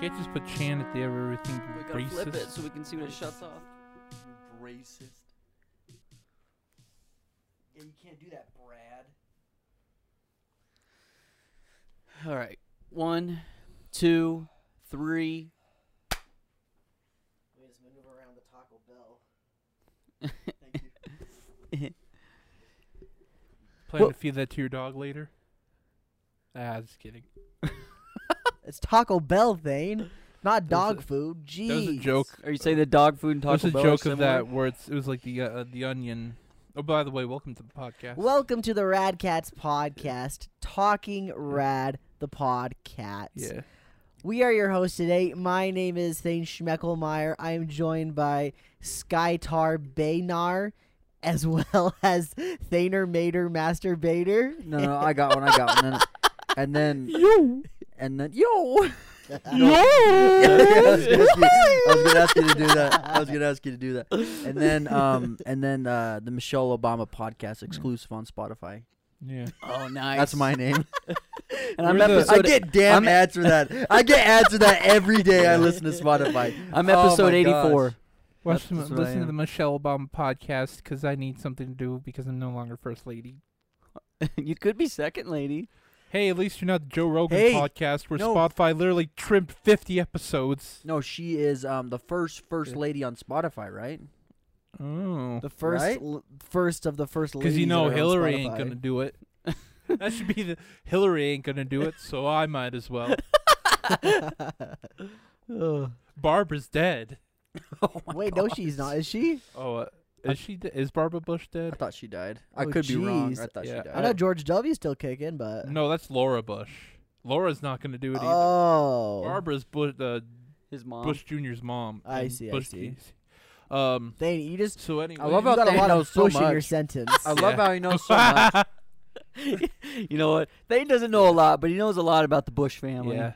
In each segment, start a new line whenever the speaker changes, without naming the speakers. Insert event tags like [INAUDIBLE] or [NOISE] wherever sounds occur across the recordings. Can't just put Chan at the end of everything. you
We gotta
racist.
flip it so we can see when it shuts off.
Racist.
Yeah, you can't do that, Brad.
All right. One, two, three.
Let me just maneuver around the Taco Bell.
Thank you.
Plan
Well-
to feed that to your dog later. Ah, just kidding.
It's Taco Bell,
[LAUGHS]
Thane. Not
That was
dog
a-
food. Jeez.
That was a joke.
Are you saying the dog food and
That was
Taco
a
Bell are
joke of
similar?
that where it's, it was like the uh, uh, the onion. Oh, by the way, welcome to the podcast.
Welcome to the Rad Cats podcast, Talking Rad, the podcast.
Yeah.
We are your hosts today. My name is Thane Schmeckelmeyer. I am joined by Skytar Baynar, as well [LAUGHS] as Thaner Mater Masturbator.
No, no, I got one. I got one. And then, and
[LAUGHS] You.
then, and then
[LAUGHS]
yo. [LAUGHS] I was
Yo.
gonna ask you- I was
[LAUGHS]
[LAUGHS]
gonna ask you to do that. I was gonna ask you to do that. And then, um, and then uh, the Michelle Obama podcast exclusive on Spotify. [LAUGHS]
Yeah.
Oh, nice.
That's
[LAUGHS]
my [LAUGHS] name.
And I'm
We're the-
I
episode.
get damn
I'm-
ads for that. I get ads for that every day. I listen
[LAUGHS]
to Spotify.
[LAUGHS] I'm
Oh my
episode
gosh.
84.
Watch
That's
some,
just what I
listen to
am.
the Michelle Obama podcast because I need something to do because I'm no longer first lady.
[LAUGHS] you could be second lady.
Hey, at least you're not the Joe Rogan
Hey,
podcast where
no.
Spotify literally trimmed 50 episodes.
No, she is um the first first
Yeah.
lady on Spotify, right?
Oh.
The first,
Right?
l- first of the first.
Because you
ladies
know
that are on
Hillary ain't
Spotify.
gonna do it. [LAUGHS] that should be the Hillary ain't gonna do it, so I might as [LAUGHS] well. [LAUGHS]
[LAUGHS]
Barbara's dead.
oh my
Wait,
God.
no, she's not. Is she?
Oh, uh, is she? De- is Barbara Bush
I
dead?
thought she died. I
Oh,
could be wrong.
jeez.
I thought
Yeah,
she
I
died.
know George W's still kicking, but
No, that's Laura Bush. Laura's not gonna do it either.
Uh, oh,
Barbara's Bush, uh,
His mom.
Bush Jr.'s mom.
I
and
see, I
Bush
see.
Jr.'s. Um.
Thane, you just
So anyway,
I love
you
how
got a
Thane
lot
knows
of
so
push in your
much.
sentence.
I love
Yeah.
how
[LAUGHS]
he knows so much.
[LAUGHS] you know what? They doesn't know a lot, but he knows a lot about the Bush family.
yeah.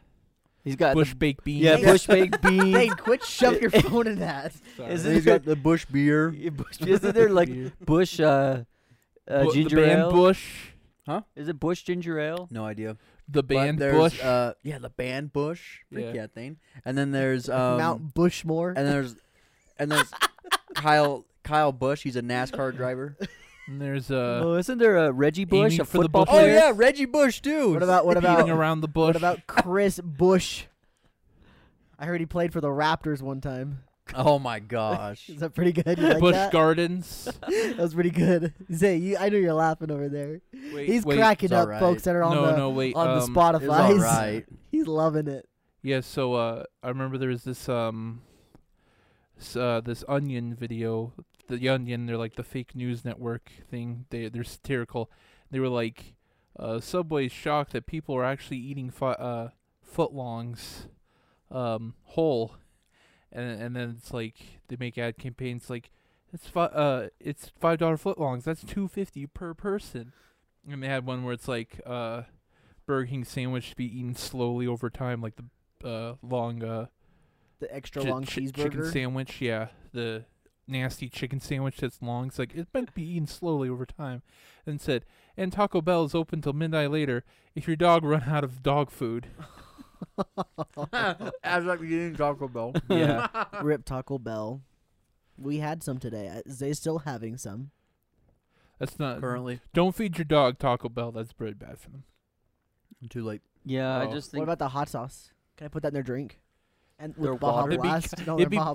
He's got
Bush baked beans.
Yeah,
Yeah.
Bush
[LAUGHS]
baked beans.
Thane, quit shove [LAUGHS] your phone in that.
Sorry.
is
And
it-
he's got the Bush beer.
[LAUGHS] Bush, [LAUGHS] isn't
[LAUGHS]
there like
Beer.
Bush uh, uh,
Bu-
ginger
the band
ale?
Bush.
Is it Bush ginger ale?
No idea.
The
But
band
there's,
Bush.
Uh, yeah, the band Bush. Freak
Yeah.
yeah. thing. And then there's
[LAUGHS]
um,
Mount Bushmore.
and there's and there's Kyle Kyle Bush. He's a NASCAR driver.
and there's uh,
oh, isn't there a Reggie Bush,
aiming
a
for the
football
Bush.
oh
player?
yeah, Reggie Bush too.
What about what
beating
about
around the bush.
what about Chris Bush? I heard he played for the Raptors one time.
[LAUGHS] Oh
[LAUGHS]
my gosh.
Is that pretty good? You like
Bush
that?
Gardens?
that was pretty good. [LAUGHS] Zay, you, I know you're laughing over there.
Wait,
He's
wait,
cracking
it's
up,
alright.
folks that are on
no,
the
no, wait.
on the
um,
It's
Spotify.
all right.
[LAUGHS] He's loving it.
Yeah, so uh, I remember there was this um, s- uh, this Onion video. The Onion, they're like the fake news network thing. They they're satirical. They were like, uh, Subway's shocked that people are actually eating fi- uh footlongs, um, whole, and and then it's like they make ad campaigns like it's fi- uh it's five dollar footlongs. That's two fifty per person. And they had one where it's like uh, Burger King sandwich to be eaten slowly over time, like the uh, long uh,
The extra
chi-
long
chi- chicken
cheeseburger.
sandwich. Yeah, the nasty chicken sandwich that's long. It's like it might be eaten slowly over time. And said, and Taco Bell is open till midnight later. If your dog run out of dog food,
As like eating Taco Bell.
[LAUGHS]
yeah,
[LAUGHS] Rip Taco Bell. We had some today. Uh, Zay's still having some.
that's not.
[LAUGHS] Currently,
Don't feed your dog Taco Bell. That's pretty bad for them.
I'm too late.
Yeah, I
Oh.
just
What
think
about the hot sauce? Can I put that in their drink? And
Their
with Baja
water?
It'd be-
Blast, no,
it'd
their
be- [LAUGHS]
Baja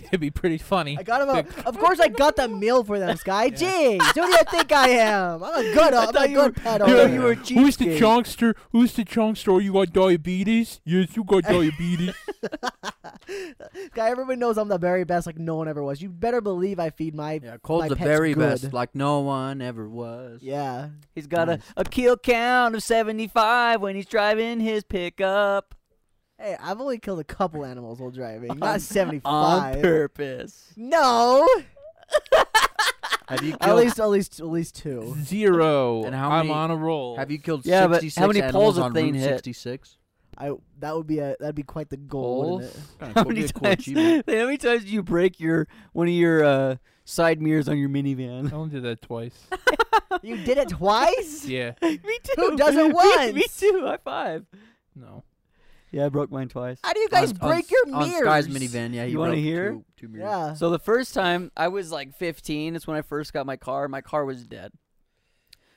[LAUGHS] It'd be pretty funny.
I got him
Big-
a, Of course, I got the meal for them, Sky.
Yeah.
Jeez, who do you think I am? I'm a good,
I
I'm a
thought [LAUGHS] you
good pet
I
Yeah.
thought
owner.
you were a
Who's the
cheapskate.
chunkster? Who's the chunkster? Oh, you got diabetes? Yes, you got diabetes.
[LAUGHS] Sky, everybody knows I'm the very best, like no one ever was. You better believe I feed my. Yeah.
Yeah, Cole's
My
the
pet's
very
good.
best, like no one ever was.
He's got a, a kill count of 75 when he's driving his pickup
Hey, I've only killed a couple animals while driving,
On-
not
on
75.
purpose.
No.
Have you
At
killed?
least, at least, at least two.
Zero.
And how
I'm
many-
on a roll.
Have you killed?
Yeah, but how
66
many
animals
poles have
on
Thane
Route
hit?
66?
I that would be a that'd be quite the goal.
Holes?
Wouldn't
[LAUGHS]
it?
How many, times, [LAUGHS] how many times do you break your one of your uh, side mirrors on your [LAUGHS] minivan?
I only did that twice.
You did it
[LAUGHS]
twice.
yeah.
me too.
Who does
[LAUGHS]
it
Me- Me,
once?
too. High five.
No.
Yeah, I broke mine twice.
How do you guys
on,
break
on,
your
on
mirrors?
Sky's minivan. Yeah, he
You wanna
broke
hear?
Two, two mirrors.
Yeah.
So the first time I was like 15, it's when I first got my car. My car was dead.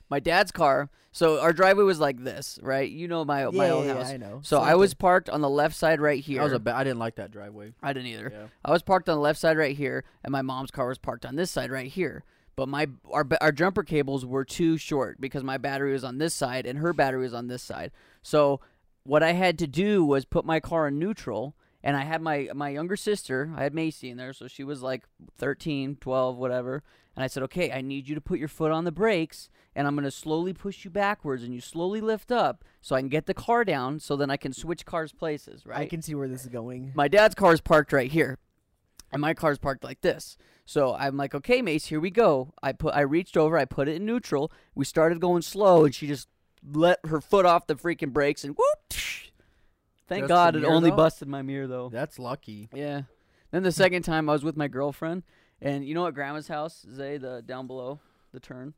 My dad's car. So our driveway was like this, right? You know my
yeah,
my old
yeah,
house.
I know.
so I was parked on the left side right here.
That was a ba- I didn't like that driveway.
I didn't either.
Yeah.
I was parked on the left side right here, and my mom's car was parked on this side right here. But my our ba- our jumper cables were too short because my battery was on this side and her battery was on this side. So what I had to do was put my car in neutral, and I had my my younger sister, I had Macy in there, so she was like 13, 12, whatever. And I said, "Okay, I need you to put your foot on the brakes, and I'm going to slowly push you backwards and you slowly lift up so I can get the car down so then I can switch cars places, right?"
I can see
[LAUGHS]
where this is going.
my dad's car is parked right here and my car's parked like this so i'm like okay mace here we go i put i reached over i put it in neutral we started going slow and she just let her foot off the freaking brakes and whoop tsh. thank
Just the
god it
mirror,
only
though?
busted my mirror though
That's lucky.
yeah then
[LAUGHS]
the second time i was with my girlfriend and you know at grandma's house zay the down below the turn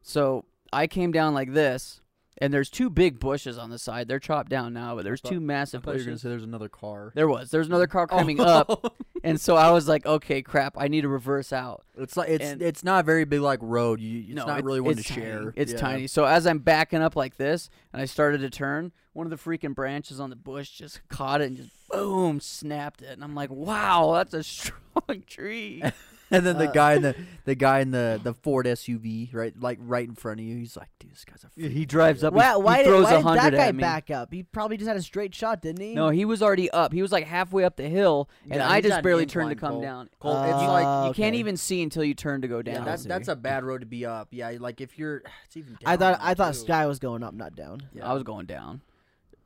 so i came down like this and there's two big bushes on the side they're chopped down now but there's
thought-
two
I
massive
thought you were gonna
bushes
say there's another
[LAUGHS]
car.
there was. There's another car
Oh.
coming
[LAUGHS]
up. And so I was like, okay, crap, I need to reverse out.
It's like it's
And-
it's not a very big like road. You it's
no,
not
it-
really one to
it's tiny.
share.
It's
Yeah.
tiny. So as I'm backing up like this and I started to turn, one of the freaking branches on the bush just caught it and just boom, snapped it. And I'm like, wow, that's a [LAUGHS] strong
[LAUGHS]
tree.
[LAUGHS] And then the
Uh,
guy in the
[LAUGHS]
the guy in the the Ford SUV right like right in front of you. He's like, dude, this guy's a.
Yeah,
freak."
he drives up.
Why,
he,
why,
he
did,
throws
why
a
did that
hundred
guy
at me.
back up? He probably just had a straight shot, didn't he?
No, he was already up. He was like halfway up the hill, and
Yeah,
I
he's got
just
an
barely turned to
incline,
come
Cole.
down.
Cole, it's
Uh,
like
You can't
okay.
even see until you turn to go down.
yeah, that's
see.
that's a bad road to be up. Yeah, like if you're, [SIGHS] it's even. Down
I thought
now,
I thought
too.
Sky was going up, not down.
Yeah.
I was going down.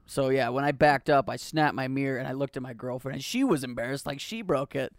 So yeah, when I backed up, I snapped my mirror and I looked at my girlfriend and she was embarrassed like she broke it.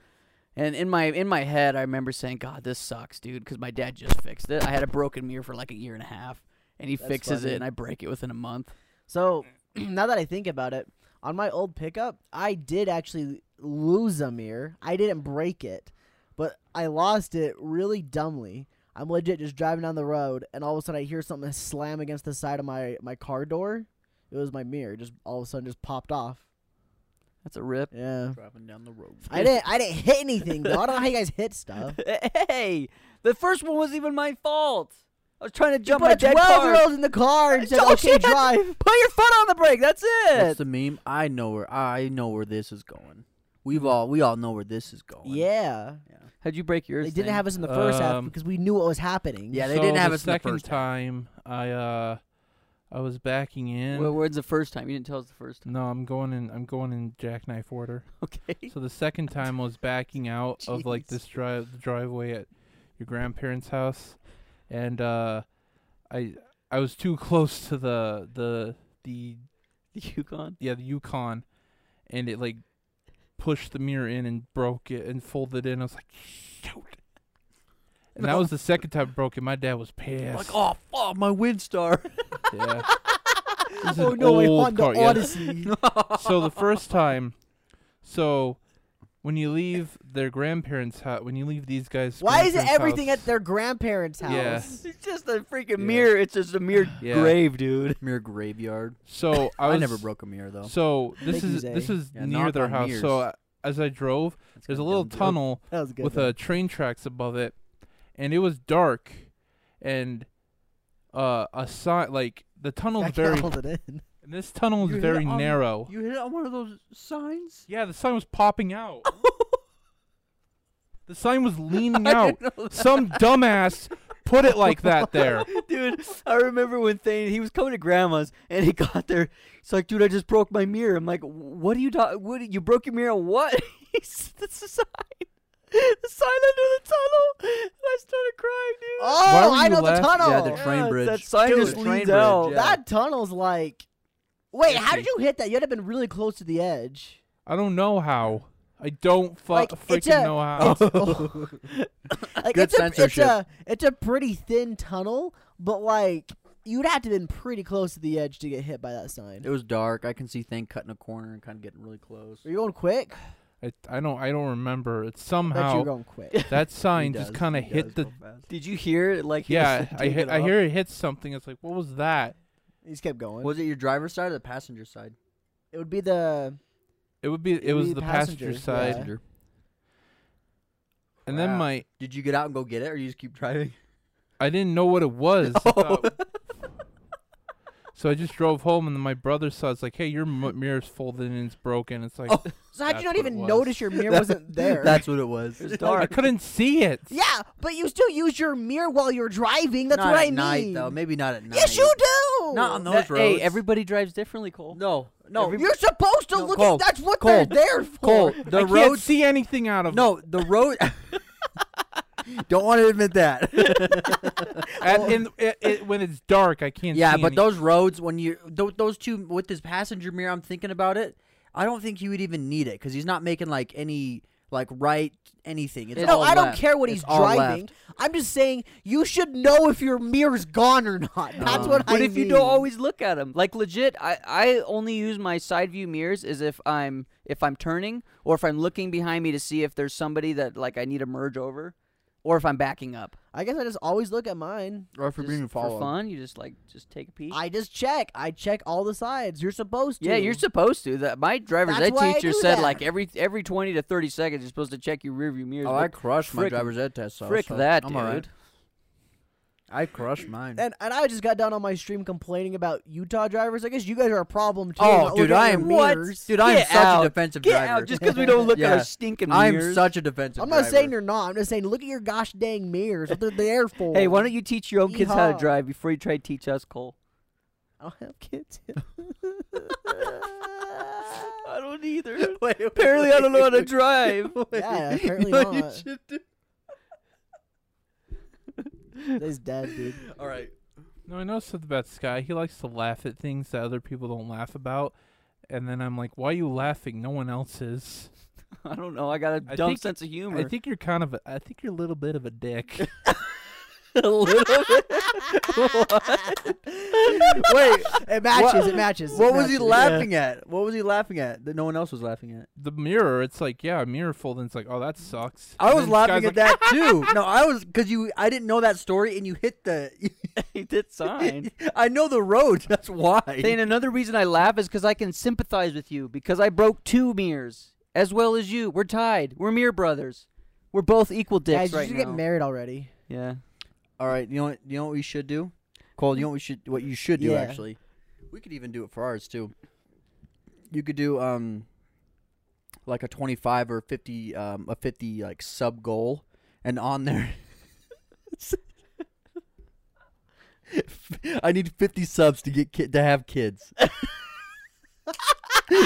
And in my in my head, I remember saying, "God, this sucks, dude," cuz my dad just fixed it. I had a broken mirror for like a year and a half and he
That's
fixes
funny.
it and I break it within a month.
So [CLEARS THROAT] now that I think about it, on my old pickup, I did actually lose a mirror. I didn't break it, but I lost it really dumbly. I'm legit just driving down the road, and all of a sudden I hear something slam against the side of my my car door. It was my mirror. Just all of a sudden, just popped off.
That's a rip.
Yeah,
driving down the road.
I didn't. I didn't hit anything though. I don't know how you guys
[LAUGHS]
hit stuff.
hey, the first one was even my fault. I was trying to jump my
Put a
dead
twelve year
car.
old in the
[LAUGHS]
car and said,
Oh,
"Okay,
shit.
drive."
Put your foot on the brake. That's
What's
it.
the meme? I know where I know where this is going. We've all we all know where this is going.
Yeah,
How'd you break yours?
they didn't
then?
have us in the first half
Um,
because we knew what was happening.
Yeah, they
So
didn't have
the
us in the
second
first half.
time. I uh, I was backing in.
Where, where's the first time? You didn't tell us the first time. [LAUGHS]
no, I'm going in. I'm going in jackknife order.
Okay.
So the second time I was backing out of like
Jeez.
this drive driveway at your grandparents' house, and uh, I I was too [LAUGHS] close to the the the
[LAUGHS] The Yukon.
yeah the Yukon, and it like pushed the mirror in and broke it and folded in. I was like, shoot. And that was the second time I broke it. My dad was pissed.
Like oh fuck, my [LAUGHS] Windstar.
[LAUGHS]
Yeah. This is
Oh
an
no, I
old
Honda
car, yeah.
Odyssey.
[LAUGHS] so the first time, so when you leave their grandparents' house, when you leave these guys,
Why is it
grandparents'
everything
house-
at their grandparents' house?
Yeah.
It's just a freaking
Yeah.
mirror. It's just a mere
Yeah.
grave, [LAUGHS] dude.
Mere graveyard.
So I,
[LAUGHS] I,
was,
never broke a mirror though.
So this
Thank you,
is this
Zay.
is
Yeah,
near
knock
their
on
house.
mirrors.
So I, as I drove, there's a little tunnel
That was good.
with
though.
uh, train tracks above it, and it was dark, and uh, a sign like the tunnel's
I
very
held it in.
and [LAUGHS] this tunnel
You
is
hit it
very
um,
on-
narrow.
You hit it on one of those
[LAUGHS]
signs.
Yeah, the sign was popping out.
[LAUGHS]
the sign was leaning out. Some dumbass put it like that there.
Dude, I remember when Thane, he was coming to grandma's and he got there. He's like, dude, I just broke my mirror. I'm like, what are you, do- what, you broke your mirror? on What? [LAUGHS] He's, that's the sign. The sign under the tunnel. And I started crying, dude.
Oh,
were
I
you
know the
laugh-
tunnel.
Yeah, the train
Yeah,
bridge.
That sign
Dude,
just
train
leans
bridge,
out.
yeah.
That tunnel's like. Wait, how did
Fishy.
you hit that? You'd have been really close to the
[LAUGHS]
edge.
I don't know how. I don't fu-
Like, it's
freaking
a-
know how.
it's- oh. Like
Good
it's a, it's
censorship.
a it's a pretty thin tunnel, but like you'd have to have been pretty close to the edge to get hit by that sign.
[LAUGHS] It was dark. I can see Thing cutting a corner and kind of getting really close.
Were you going quick?
I, I don't I don't remember. It's
I bet you were
somehow [LAUGHS]
going quick.
that sign
He
just
does,
kind of
he
hit
does
the
go fast.
Did you hear it? Like, he
[LAUGHS]
was [LAUGHS]
yeah. I
digging
hit, I
up?
hear it hit something. It's like what was that?
you just kept going.
Was it your driver's side or the passenger side?
It would be the
It would be. It
It'd
was
be
the passenger,
passenger,
side,
yeah.
and then
Wow.
my
Did you get out and go get it, or you just keep [LAUGHS] driving?
I didn't know what it was. I
Oh.
thought- [LAUGHS] so I just drove home, and then my brother saw. It's like, hey, your m- mirror's folded and it's broken. It's like
Oh,
So how'd
That's
you not
what it
even
was.
notice your
[LAUGHS]
mirror
[LAUGHS]
wasn't there?
That's what it was. [LAUGHS]
I couldn't see it.
yeah, but you still use your mirror while you're driving. That's
not
what
at
I
night
mean.
though. Maybe not at night.
yes, you do.
Not on those
That-
roads.
Hey, everybody drives differently, Cole.
No, no,
Every-
You're supposed to
No,
look
Cole,
at. That's what they're
Cole,
there for.
Cole. The
I
road.
can't see anything out of
[LAUGHS] no, the road. [LAUGHS] Don't want to admit that.
At, in, it, it, when it's dark, I can't.
[LAUGHS] yeah,
see
but
any-
those roads when you tho- those two with this passenger mirror, I'm thinking about it. I don't think he would even need it because he's not making like any like right anything. It's
No,
all
I don't
left.
care what
It's
he's
all left.
driving. I'm just saying you should know if your mirror's gone or not. That's
Um,
what I
But if you don't
mean.
always look at them, like legit, I, I only use my side view mirrors is if I'm if I'm turning or if I'm looking behind me to see if there's somebody that like I need to merge over, or if I'm backing up.
I guess I just always look at mine.
Or if you're
Just
being
for
followed.
fun, you just like just take a peek.
I just check. I check all the sides. You're supposed to.
yeah, you're supposed to. That my driver's
That's
ed
why I
teacher
do
said
that.
like every every twenty to thirty seconds you're supposed to check your rearview mirrors.
Oh,
but
I crushed my
frick-
driver's ed test. though,
frick
so
that,
I'm
dude.
alright. I crushed mine.
And, and I just got down on my stream complaining about Utah drivers. I guess you guys are a problem too.
oh,
not
dude,
looking at
I
your
am
mirrors.
Dude, I am
Get
such
out.
a defensive
Get
driver.
out
[LAUGHS]
just because we don't look at
Yeah.
our stinking
I'm
mirrors.
such a defensive.
I'm not
driver.
saying you're not. I'm just saying look at your gosh dang mirrors. What they're
[LAUGHS]
there for.
Hey, why don't you teach your own kids how to
Yeehaw.
drive before you try to teach us,
[LAUGHS]
Cole?
I don't have kids.
I don't either.
[LAUGHS] Wait, wait,
Apparently, I don't know how to
wait,
drive.
wait.
[LAUGHS]
[LAUGHS]
Yeah, apparently
You know what
not.
You should
[LAUGHS]
do?
That's dead,
[LAUGHS]
dude.
All right.
No, I know something about Sky. He likes to laugh at things that other people don't laugh about. And then I'm like, why are you laughing? No one else is.
I don't know. I got a
I
dumb
think-
sense of humor.
I think you're kind of a, I think you're a little bit of a
[LAUGHS]
dick.
a [LAUGHS] little bit.
Wait,
It matches.
What-
It matches. it
what was he
matches.
laughing at? What was he laughing at that no one else was laughing at?
the mirror, it's like, yeah, a mirror fold. And it's like, oh, that sucks.
I
And
was
then
laughing
Sky's
at
like,
that too. No, I was because you. I didn't know that story, and you hit the. [LAUGHS]
he did sign. [LAUGHS]
I know the road. [LAUGHS] That's why.
Then another reason I laugh is because I can sympathize with you because I broke two mirrors as well as you. We're tied. We're mirror brothers. We're both equal dicks
Guys,
right
you should
now.
get married already.
yeah.
All right, you know what? You know what we should do, Cole. You know what we should. What you should do
Yeah.
actually, we could even do it for ours too. You could do um, like a twenty-five or fifty, um, a fifty like sub goal, and on there. [LAUGHS] I need fifty subs to get kid to have kids.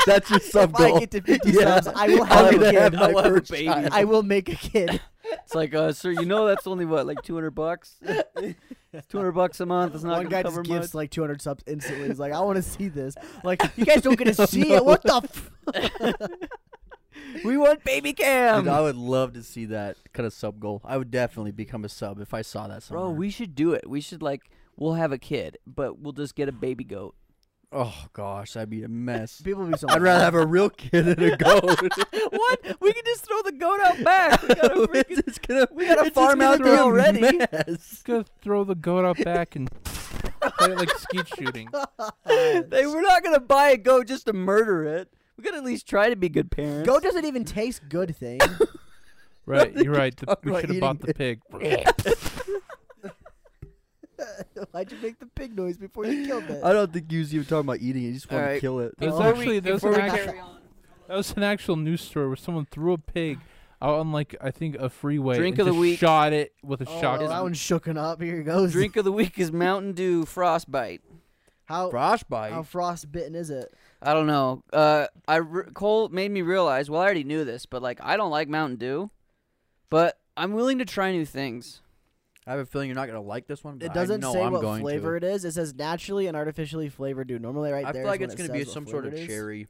That's your sub
If
goal.
I get to 50
Yeah.
subs, [LAUGHS] I will
I'm
have a
gonna
kid.
have my
I will have a
first
baby.
child.
I will make a kid.
It's like, uh, sir, you know that's only what, like two hundred
[LAUGHS]
bucks. Two hundred bucks a month. It's not
One
gonna
guy
cover
just gives
much.
like 200 subs instantly. He's like, I want to see this. Like, you guys don't get to see it. What the? F-
we want baby cam.
[LAUGHS]
Dude, I would love to see that kind of sub goal. I would definitely become a sub if I saw that. Somewhere.
Bro, we should do it. We should like we'll have a kid, but we'll just get a baby goat.
Oh gosh, that'd be a
[LAUGHS]
mess.
People be so.
I'd rather have a real kid
[LAUGHS]
than a goat.
what? We can just throw the goat out back. We [LAUGHS] got a freaking
it's gonna, we
got a farm out there already.
Mess.
Just gonna throw the goat out back
[LAUGHS]
and play it like skeet shooting.
They were not gonna buy a goat just to murder it. We gotta at least try to be good parents.
Goat doesn't even taste good thing. [LAUGHS]
Right, you're right. The,
talking
we
about
should have bought
eating
the pig.
Why'd you make the pig noise before you killed it?
I don't think you was even talking about eating it. You just want to
Alright.
kill it.
There's
Before we-
actually there's
before
an
we
act-
carry on.
[LAUGHS]
That was an actual news story where someone threw a pig out on like I think a freeway.
Drink
and
of the
just
week.
Shot it with a
Oh,
shotgun.
that one's shooken up. Here it goes.
Drink of the week is Mountain Dew Frostbite.
How
Frostbite.
how frostbitten is it?
I don't know. Uh, I re- Cole made me realize. Well, I already knew this, but like I don't like Mountain Dew, but I'm willing to try new things.
I have a feeling you're not gonna like this one. But
It doesn't
I know
say
I'm
what
going
flavor
To.
it is. It says naturally and artificially flavored dew. Normally, right
I
there.
feel like
is
it's
when
gonna
it
be
says
some
what
sort of
flavored it is.
cherry.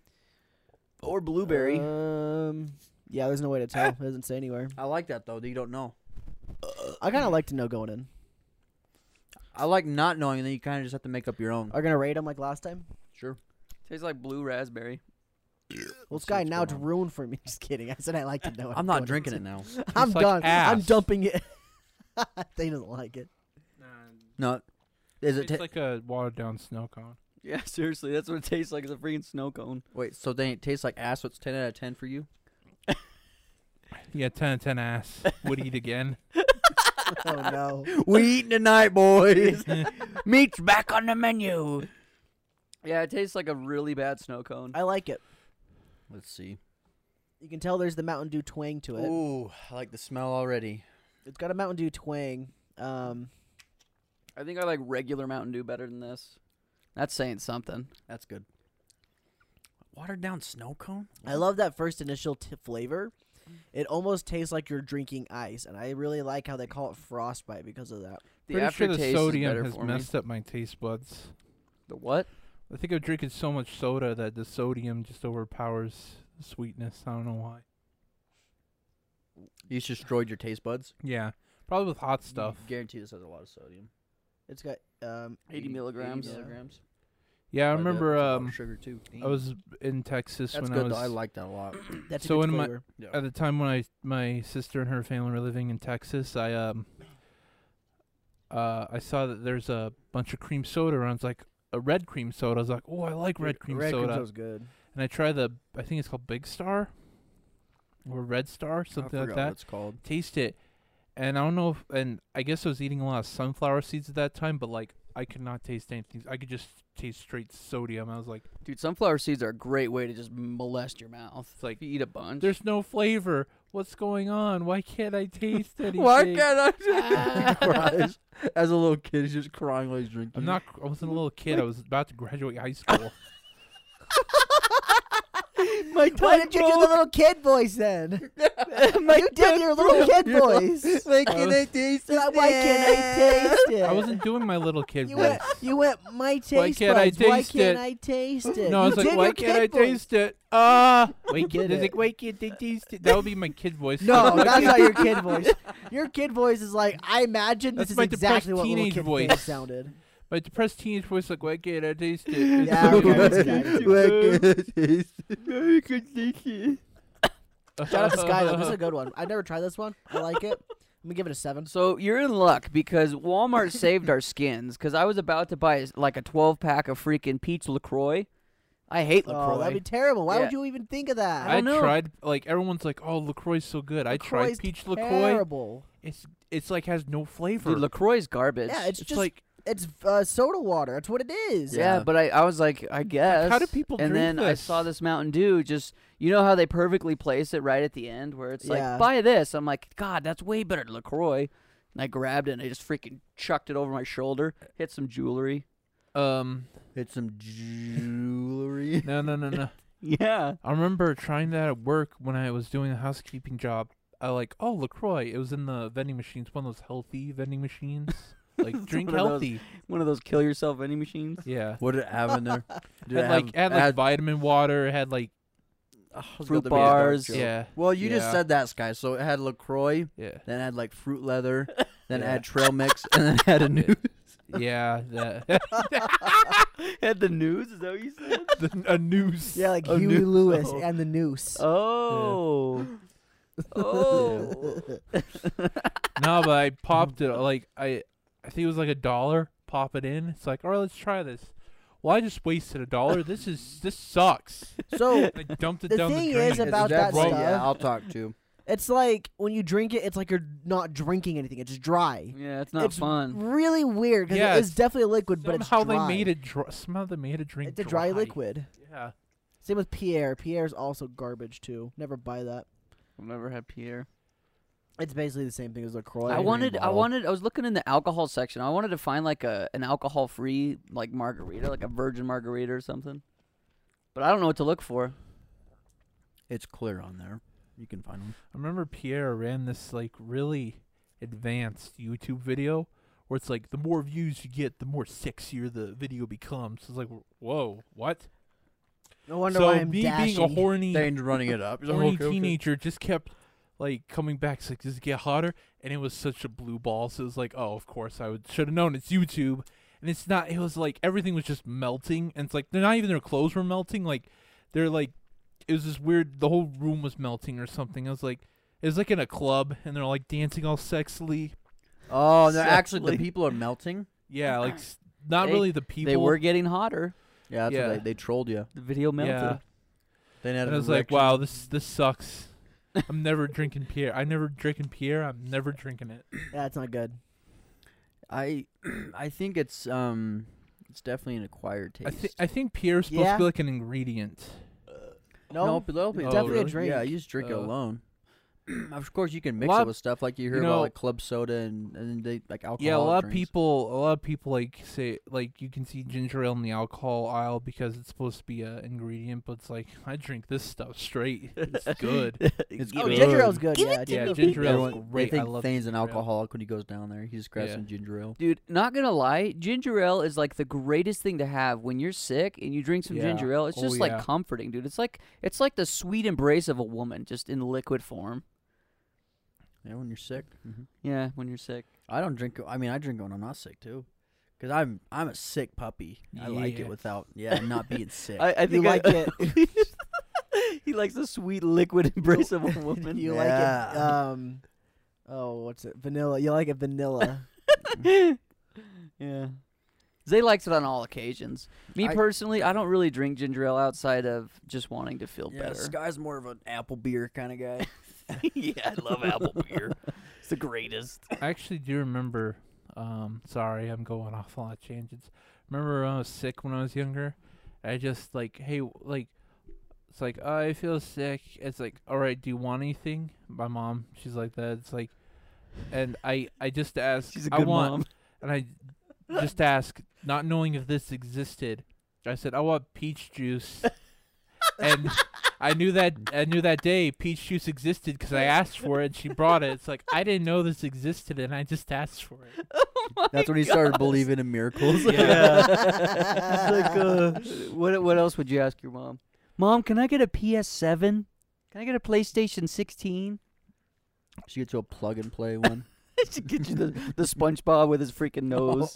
Or blueberry.
Um, yeah, there's no way to tell. It doesn't say anywhere.
I like that though. That you don't know.
I kind of like to know going in.
I like not knowing, and then you kind of just have to make up your own.
Are we gonna rate them like last time?
Sure.
Tastes like blue raspberry.
Well,
Let's see
Sky,
what's
now it's
going on.
ruined for me. [LAUGHS] Just kidding. I said I like to know.
I'm
going
not
in. [LAUGHS]
drinking it now.
I'm
It's like
done. I'm
ass.
dumping it. [LAUGHS] They doesn't like it.
No. Is
It's
it? ta-
like a watered down snow cone.
Yeah, [LAUGHS] seriously, that's what it tastes like. It's a freaking snow [LAUGHS] cone.
Wait, so they taste like ass. So it's ten out of ten
[LAUGHS]
for you.
Yeah, ten out of ten ass. Would eat again.
Oh no.
[LAUGHS] We eating tonight, boys.
[LAUGHS]
Meat's back on the menu. Yeah, it tastes like a really bad snow cone.
I like it.
[LAUGHS] Let's see.
You can tell there's the Mountain Dew twang to it.
Ooh, I like the smell already.
It's got a Mountain Dew twang. Um,
I think I like regular Mountain Dew better than this. That's saying something.
That's good. Watered down snow cone.
I love that first initial t- flavor. It almost tastes like you're drinking ice, and I really like how they call it frostbite because of that.
[LAUGHS] The
Pretty sure
aftertaste
the
is
sodium
better
has
for
messed up my taste buds.
me. The what?
I think I'm drinking so much soda that the sodium just overpowers the sweetness. I don't know why.
You just destroyed your taste buds.
Yeah, probably with
Mm.
hot stuff.
Guarantee this has a lot of sodium.
It's got um,
80 milligrams.
milligrams.
Yeah, I
Like that.
remember
It's a lot of
um,
sugar too.
I was in Texas
That's
when
good
I was
though. I like [COUGHS] that a lot.
that's a
So
good
in my-
flavor.
Yeah.
at the time when I my sister and her family were living in Texas, I um uh I saw that there's a bunch of cream soda around. It's like a red cream soda. I was like, oh, I like red cream
Red
soda.
cream soda's good.
And I try the I think it's called Big Star or Red Star, something
I
like
forgot
that.
What it's called.
Taste it, and I don't know. if And I guess I was eating a lot of sunflower seeds at that time, but like I could not taste anything. I could just taste straight sodium. I was like,
Dude, sunflower seeds are a great way to just molest your mouth.
it's like
If you eat a bunch.
there's no flavor. What's going on? Why can't I taste anything?
Why can't
[LAUGHS]
[LAUGHS]
I?
Cries. As a little kid, he's just crying while he's drinking.
I'm
[LAUGHS]
not. I wasn't a little kid. I was about to graduate high
[LAUGHS]
school.
My
Why did you do the little kid voice then? [LAUGHS] you did your little kid voice.
Why
can't
I taste
So Why can't I taste it?
I wasn't doing my little kid
You
voice.
went, you went my taste
can't I
buds. why
taste
can't
it?
I taste it?
No, I was
You did
like,
your
why can't I
kid voice.
taste it?
[LAUGHS]
Ah, why
You
can't?
did
I was like,
it.
why can't they taste it? That would be my kid voice. [LAUGHS]
No, that's not your kid voice. Your kid voice is like, I imagine this
That's
is
my
exactly
depressed
what little
teenage
kid
voice.
voice sounded.
my depressed teenage voice. Like, why can't I taste it? It's
[LAUGHS] Yeah,
so
okay,
good.
that's good. [LAUGHS] Shout out to Sky. though. This is a good one. I've never tried this one. I like it. I'm gonna give it
[LAUGHS]
a seven.
So you're in luck because Walmart saved our skins. Because I was about to buy like a 12 pack of freaking peach Lacroix. I hate Lacroix.
Oh, that'd be terrible. Why
Yeah.
would you even think of that?
I
don't know.
tried like everyone's like, oh, Lacroix's so good. I tried
LaCroix's
peach Lacroix.
terrible.
It's it's like has no flavor.
Dude, Lacroix is garbage.
Yeah, it's,
it's
just
like
it's uh, soda water. That's what it is.
Yeah,
Yeah.
but I, I was like, I guess.
do people
And
drink
then I
this?
saw this Mountain Dew just, you know how they perfectly place it right at the end where it's
Yeah.
like, buy this. I'm like, God, that's way better than LaCroix. And I grabbed it and I just freaking chucked it over my shoulder, hit some jewelry.
um,
[LAUGHS] It's some jewelry.
no, no, no, no.
Yeah.
I remember trying that at work when I was doing a housekeeping job. I like, oh, LaCroix. It was in the vending machines, one of those healthy vending
[LAUGHS]
machines. Like, drink
one of those.
healthy.
One of those kill yourself
[LAUGHS]
any machines.
Yeah.
What did it have in there? [LAUGHS] Did
had, like, it had like vitamin water. It had like,
oh, I was
fruit
about to be a dark
bars.
joke.
yeah,
Well, you
Yeah.
just said that, Sky. So it had Lacroix,
[LAUGHS]
yeah,
then it had like fruit leather, then it
Yeah.
had
[LAUGHS]
trail mix, [LAUGHS] and then it had a new.
yeah. That, [LAUGHS]
Had the news? Is that what you said?
the, a noose.
Yeah, like
A
Huey [LAUGHS]
noose.
Lewis
Oh.
and the noose.
Oh. Oh.
no, but I popped it. Like, I, I think it was like a dollar. Pop it in. It's like, all right, let's try this. Well, I just wasted a dollar. This is this sucks.
So
I dumped it
The
down
thing
the
is
drain.
It's about that
wrong.
stuff.
Yeah, I'll talk to.
it's like when you drink it, it's like you're not drinking anything. It's dry.
[LAUGHS] Yeah, it's not
it's
fun.
Really weird because
Mm. Yeah,
it is
it's-
definitely a liquid, but it's
somehow
dry.
they made it dry. Somehow they made a drink.
It's a dry liquid.
Yeah.
Same with Pierre. Pierre's also garbage too. Never buy that.
I've never had Pierre.
It's basically the same thing as LaCroix.
I
Green
wanted, I
bottle.
wanted, I was looking in the alcohol section. I wanted to find like a an alcohol free like margarita, like a virgin margarita or something. But I don't know what to look for.
It's clear on there. You can find them.
I remember Pierre ran this like really advanced YouTube video where it's like the more views you get, the more sexier the video becomes. It's like, whoa, what?
No wonder
so
why I'm
me
dashing.
being a horny,
Dane's running it
[LAUGHS]
up. He's like,
horny
"Okay, okay."
teenager just kept like coming back. It's like, does it get hotter? And it was such a blue ball. So it was like, oh, of course I would should have known. It's YouTube, and it's not. It was like everything was just melting, and it's like they're not even their clothes were melting. Like they're like, it was this weird. The whole room was melting or something. I was like. It was like in a club, and they're like dancing all sexily.
Oh, they're actually
Exactly.
the people are melting.
Yeah, like s- not
They-
really the people.
They were getting hotter.
Yeah, that's
Yeah.
What they, they trolled you.
The video melted.
Yeah.
They had
And
an
I was like,
erection.
wow, this this sucks. I'm never drinking Pierre. I never drinking Pierre. I'm never drinking it.
That's not good.
I [CLEARS THROAT] I think it's um it's definitely an acquired taste.
I think I think Pierre's supposed
Yeah.
to be like an ingredient.
No,
nope, it'll be-
Oh,
definitely
really?
a drink. Yeah, you just drink it
Uh,
alone. [CLEARS THROAT] of course, you can mix
lot-
it with stuff like you hear
know-
about like club soda and and they like alcohol.
yeah, a lot of
drinks.
people, a lot of people like say like you can see ginger ale in the alcohol aisle because it's supposed to be an ingredient, but it's like I drink this stuff straight.
[LAUGHS]
It's good.
It's
Oh,
good.
ginger ale's good.
Give
yeah,
yeah,
ginger-
ginger ale
Everyone-
is
they
great. I
think
love
Thane's an
ginger ale.
alcoholic when he goes down there. He just grabs
Yeah.
some ginger ale.
Dude, not gonna lie, ginger ale is like the greatest thing to have when you're sick and you drink some
Yeah.
ginger ale. It's
Oh,
just
yeah.
like comforting, dude. It's like it's like the sweet embrace of a woman, just in liquid form.
Yeah, when you're sick. hmm
Yeah, when you're sick.
I don't drink. I mean, I drink when I'm not sick too, because I'm I'm a sick puppy. I like
Yeah.
it without yeah not being sick.
I, I
You
think
like
I,
it.
[LAUGHS] he likes the sweet liquid [LAUGHS] embrace of a woman.
[LAUGHS] you like it.
Yeah.
Um, oh, what's it? Vanilla. You like it vanilla.
[LAUGHS] yeah. Zay likes it on all occasions. Me
I-
personally, I don't really drink ginger ale outside of just wanting to feel
yeah,
better. [LAUGHS]
Sky's more of an apple beer kind of guy.
yeah, I love apple beer. It's the greatest.
I actually do remember. Um, sorry, I'm going off a lot of tangents. Remember when I was sick when I was younger? I just like, hey, w- like, it's like "Oh, I feel sick. It's like, all right, do you want anything? My mom, she's like that. It's like, and I, I just asked.
She's a
I
good
want,
mom.
and I just asked, not knowing if this existed. I said, I want peach juice, and I knew that I knew that day peach juice existed because I asked for it and she brought it. It's like I didn't know this existed and I just asked for it.
[LAUGHS] Oh my
[LAUGHS] That's when he started
gosh.
believing
[LAUGHS]
in miracles.
It's like, uh, what what else would you ask your mom? Mom, can I get a PS7? Can I get a PlayStation 16?
She gets you a plug and play one.
[LAUGHS] she get you the, [LAUGHS] the SpongeBob with his freaking nose.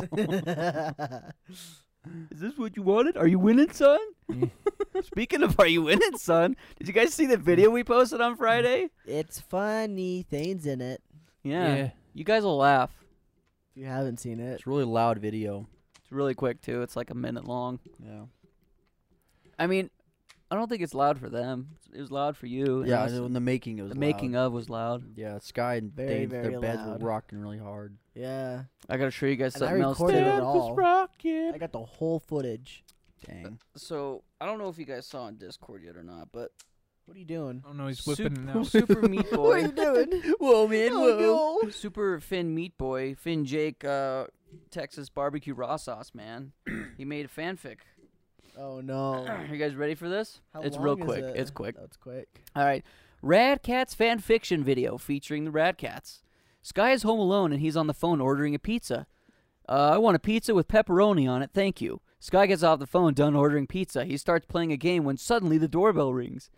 Is this what you wanted? Are you winning, son? [LAUGHS] Speaking of, are you winning, son? Did you guys see the video we posted on Friday?
[LAUGHS] it's funny. Thane's in it.
Yeah. You guys will laugh.
If you haven't seen it,
It's a really loud video.
It's really quick too. It's like a minute long.
Yeah.
I mean, I don't think it's loud for them. It was loud for you. and
Yeah,
us.
in the making it was
the making of was loud.
Yeah, Sky and
Very,
Dane,
very
their beds
loud.
were rocking really hard.
yeah,
I gotta show you guys
And I
something else.
recorded
too.
it all.
rocket.
I got the whole footage.
Dang.
So I don't know if you guys saw on Discord yet or not,
[LAUGHS]
but
What are you doing?
Oh no, he's
Super,
whipping it out.
Super Meat
[LAUGHS] What are
Boy,
you [LAUGHS] doing?
whoa, man,
oh, no.
Super Finn Meat Boy, Finn Jake, uh, Texas barbecue raw sauce man. [CLEARS THROAT] he made a fanfic.
Oh no. [CLEARS THROAT]
Are you guys ready for this?
How
it's real
long is
quick.
it?
It's quick.
That's quick.
All right. Rad Cats fan fiction video featuring the Rad Cats. Sky is home alone and he's on the phone ordering a pizza. Uh, I want a pizza with pepperoni on it, thank you. Sky gets off the phone, done ordering pizza. He starts playing a game when suddenly the doorbell rings.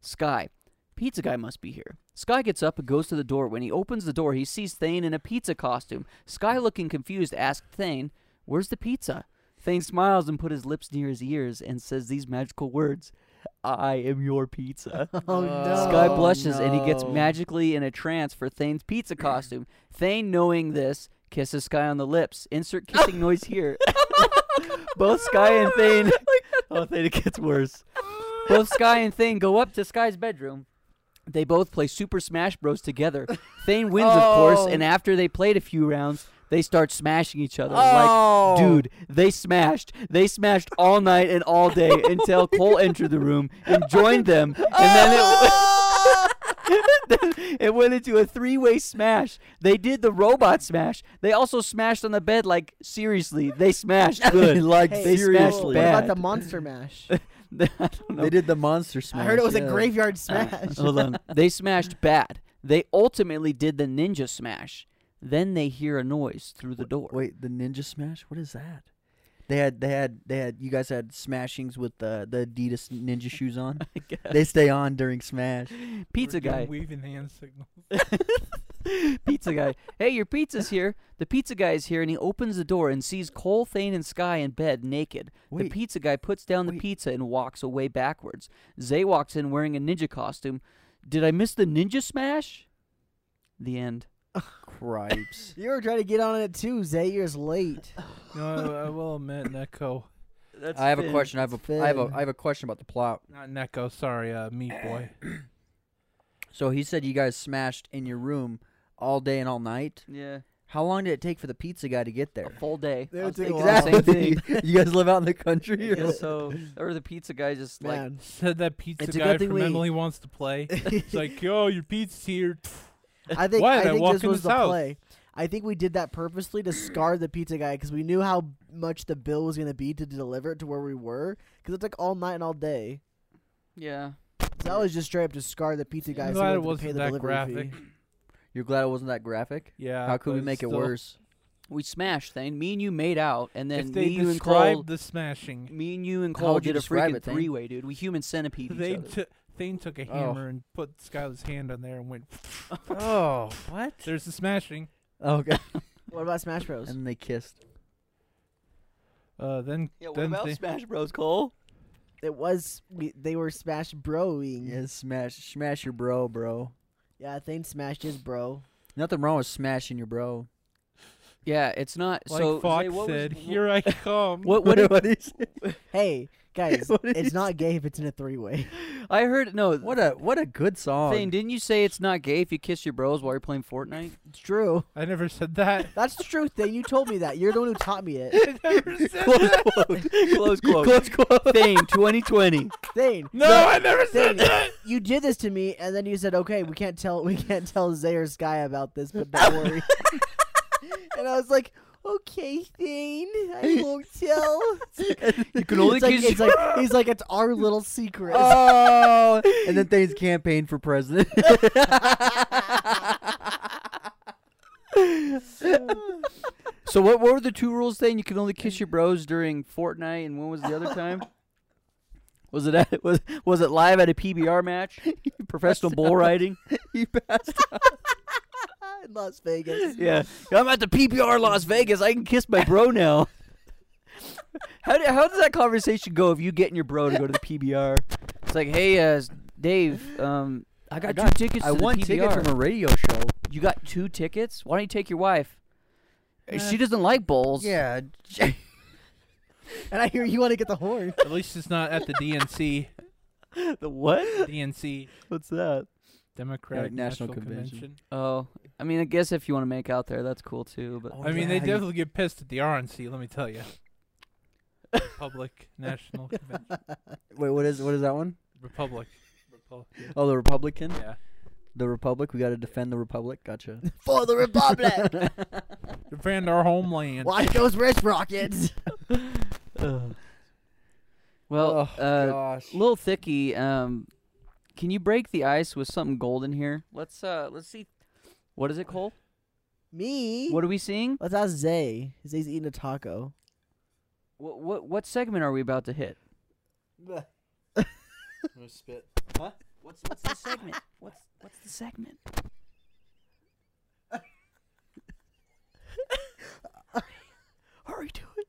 Sky, pizza guy must be here. Sky gets up and goes to the door. When he opens the door, he sees Thane in a pizza costume. Sky, looking confused, asks Thane, Where's the pizza? Thane smiles and put his lips near his ears and says these magical words I am your pizza.
Oh no.
Uh, Sky
Oh,
blushes and he gets
no.
magically in a trance for Thane's
[CLEARS THROAT]
pizza costume. Thane, knowing this, kisses Sky on the lips.
[LAUGHS]
Insert kissing noise here. [LAUGHS] Both Sky and
[LAUGHS]
Thane. [LAUGHS] Oh, Thane, it gets worse. Both Sky and Thane go up to Sky's bedroom. They both play Super Smash Bros. together. Thane wins, of
Oh.
course, and after they played a few rounds, they start smashing each other.
Oh.
Like, dude, they smashed. They smashed all night and all
[LAUGHS]
day until Cole entered the room and joined them. And then
Oh.
it, [LAUGHS] then it went into a three way smash. They did the robot smash. They also smashed on the bed. Like, seriously, they
[LAUGHS]
smashed [LAUGHS] good.
like
Hey,
They smashed
cool.
seriously.
What about
bad.
the monster [LAUGHS] mash?
I don't know.
They did the monster
I
smash.
heard it was
yeah.
a
[LAUGHS]
graveyard [LAUGHS] smash.
Hold on. They smashed bad. They ultimately did the ninja smash. Then they hear a noise through the door.
Wait, the ninja smash? What is that? They had, they had, they had. You guys had smashings with the the Adidas ninja shoes on. They stay on during smash.
[LAUGHS] Pizza
We're doing
guy.
waving hand [LAUGHS] signal.
[LAUGHS] pizza guy. Hey, your pizza's here. The pizza guy is here, and he opens the door and sees Cole, Thane, and Sky in bed naked. the
Wait.
pizza guy puts down the
Wait.
pizza and walks away backwards. Zay walks in wearing a ninja costume. Did I miss the ninja smash? The end.
Cripes.
[LAUGHS] You were trying to get on it too, Zay. You're just late.
No, I, I will admit, Neko.
That's
I have a
Finn.
question. I have
It's
a I have a
Finn.
I have a question about the plot.
Not Neko. Sorry, uh, Meat Boy.
So he said you guys smashed in your room all day and all night.
Yeah,
How long did it take for the pizza guy to get
a
there?
full day.
They
I
would
was
take a
thinking
while.
the same
Exactly.
thing.
[LAUGHS]
[LAUGHS] you guys live out in the country.
Yeah, so, or the pizza guy just like
Man.
[LAUGHS] Said that pizza
It's a
guy
good thing
from
we-
Emily wants to
[LAUGHS]
play. It's like, yo, your pizza's here.
I think
Why
I
did I
think
walk
this
in
was
this
the
house?
play. I think we did that purposely to scar the pizza guy because we knew how much the bill was going to be to deliver it to where we were because it took all night and all day.
yeah.
So that was just straight up to scar the pizza guy.
I'm
so
glad it
we had to pay
wasn't
the
that
delivery
graphic.
fee.
You're glad it wasn't that graphic.
Yeah.
How could we
but
make it
still-
worse?
We smashed thing. Me and you made out, and then
If they
me, you, and
describe
Cole.
the smashing,
Me and you and
How
Cole
would you
did a
describe
freaking
it, Thane?
three way, dude. We human centipede
they
each other.
took Thane took a
Oh.
hammer and put Skylar's hand on there and went. [LAUGHS]
oh, what?
There's the smashing.
Okay.
What about Smash Bros?
And they kissed.
Uh, then
yeah, what
then
about
Thane-
Smash Bros, Cole?
it was we, they were Smash Broing.
Yeah, smash, smash your bro, bro.
Yeah, Thane smashed his bro.
Nothing wrong with smashing your bro.
Yeah, it's not.
like
so
Fox
Zay, what was-
said,
wh-
"Here I come."
[LAUGHS] What? [LAUGHS] What? did-
what, is,
Hey guys,
[LAUGHS] What did he
it's not gay if it's in a three way.
I heard no.
what a what a good song.
Thane, didn't you say it's not gay if you kiss your bros while you're playing [LAUGHS] Fortnite?
[LAUGHS] It's true.
I never said that.
That's the truth. Thane. You told me that. You're the one who taught me it.
[LAUGHS] I never said
Close
that.
[LAUGHS]
quote.
Close quote.
Close quote.
Thane, 2020.
Thane.
No,
the-
I never said
Thane,
that.
you did this to me, and then you said, "Okay, we can't tell we can't tell Zay or Sky about this, but don't
[LAUGHS]
worry." and I was like, "Okay, Thane, I won't tell."
You can only
it's like,
kiss.
it's like he's like it's our little secret.
Uh,
[LAUGHS] oh, and then Thane's campaign for president.
[LAUGHS] so what, what were the two rules, Thane? You can only [LAUGHS] kiss your bros during Fortnite, and when was the other time? Was it at, [LAUGHS] was was it live at a PBR match?
[LAUGHS]
Professional bull riding?
he passed.
[LAUGHS] in Las Vegas.
[LAUGHS]
Yeah, I'm at the PBR Las [LAUGHS] Vegas. I can kiss my bro now. [LAUGHS] how do, how does that conversation go if you getting your bro to go to the PBR? It's like, hey, uh, Dave, um, I got,
I got-
two tickets.
[LAUGHS] I
to the
won
PBR.
tickets from a radio show.
You got two tickets? Why don't you take your wife?
Uh,
she doesn't like bowls.
Yeah.
And I hear you want to get the horn.
At least it's not at the DNC.
The what?
DNC,
What's that?
Democratic
Like National
National,
Convention.
Convention.
Oh, I mean, I guess if you want to make out there, that's cool too. But
Oh,
I mean,
yeah,
they
you-
definitely get pissed at the RNC. Let me tell you. Republic National Convention.
Wait, what is what is that one?
Republic. Republic.
Oh, the Republican.
Yeah.
The Republic. We got to defend the Republic. [LAUGHS] Gotcha.
For the Republic.
Defend our homeland.
[LAUGHS] Watch those wrist rockets.
well,
oh
uh,
gosh.
Lil Thicky, um, can you break the ice with something golden here? Let's uh, let's see. What is it, Cole?
E-
Me.
What are we seeing?
Let's ask Zay. Zay's eating a taco. [LAUGHS]
What what what segment are we about to hit?
spit.
What's what's the segment? What's what's the segment? Hurry to it.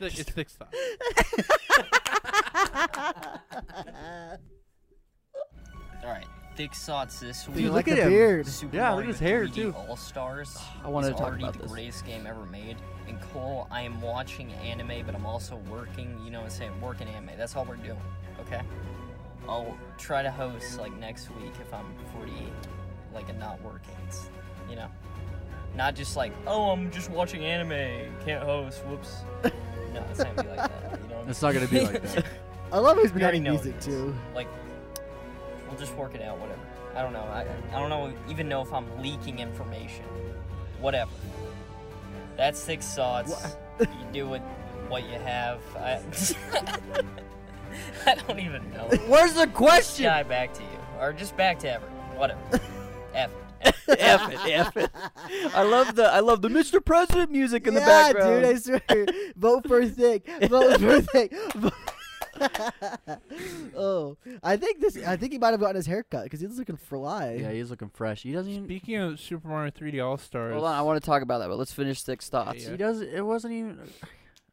Thi- It's thick stuff.
All right, thick sauce this week.
Dude,
look
like
at
the
him.
beard.
Super
Yeah, look at his hair, too.
All Stars.
I wanted
is
to talk
already
about
the
this.
greatest game ever made. And Cole, I am watching anime, but I'm also working. You know what I'm saying? Working anime. That's all we're doing. Okay. I'll try to host like next week if I'm 48, like and not working. It's, you know, not just like oh I'm just watching anime, can't host. Whoops. No, it's not gonna be like that. You know what I mean?
It's not gonna be
[LAUGHS]
like that.
I love he's been
You already
adding
know
music
it is.
too.
Like, we'll just work it out, whatever. I don't know. I, I don't know even know if I'm leaking information. Whatever. That's six sauce. you do with what you have. I, [LAUGHS] I don't even know.
Where's the question?
Sky back to you, or just back to Everett. Whatever. F.
F it, F it. I love the I love the Mr. President music in the
yeah,
background.
dude, I swear. Vote for Thick. Vote for Thick. [LAUGHS] oh, I think this. I think he might have gotten his haircut because he's looking fly.
yeah, he's looking fresh. He doesn't. Even,
Speaking of Super Mario 3D All Stars,
Hold on, I want to talk about that, but let's finish six thoughts.
yeah.
He does. It wasn't even.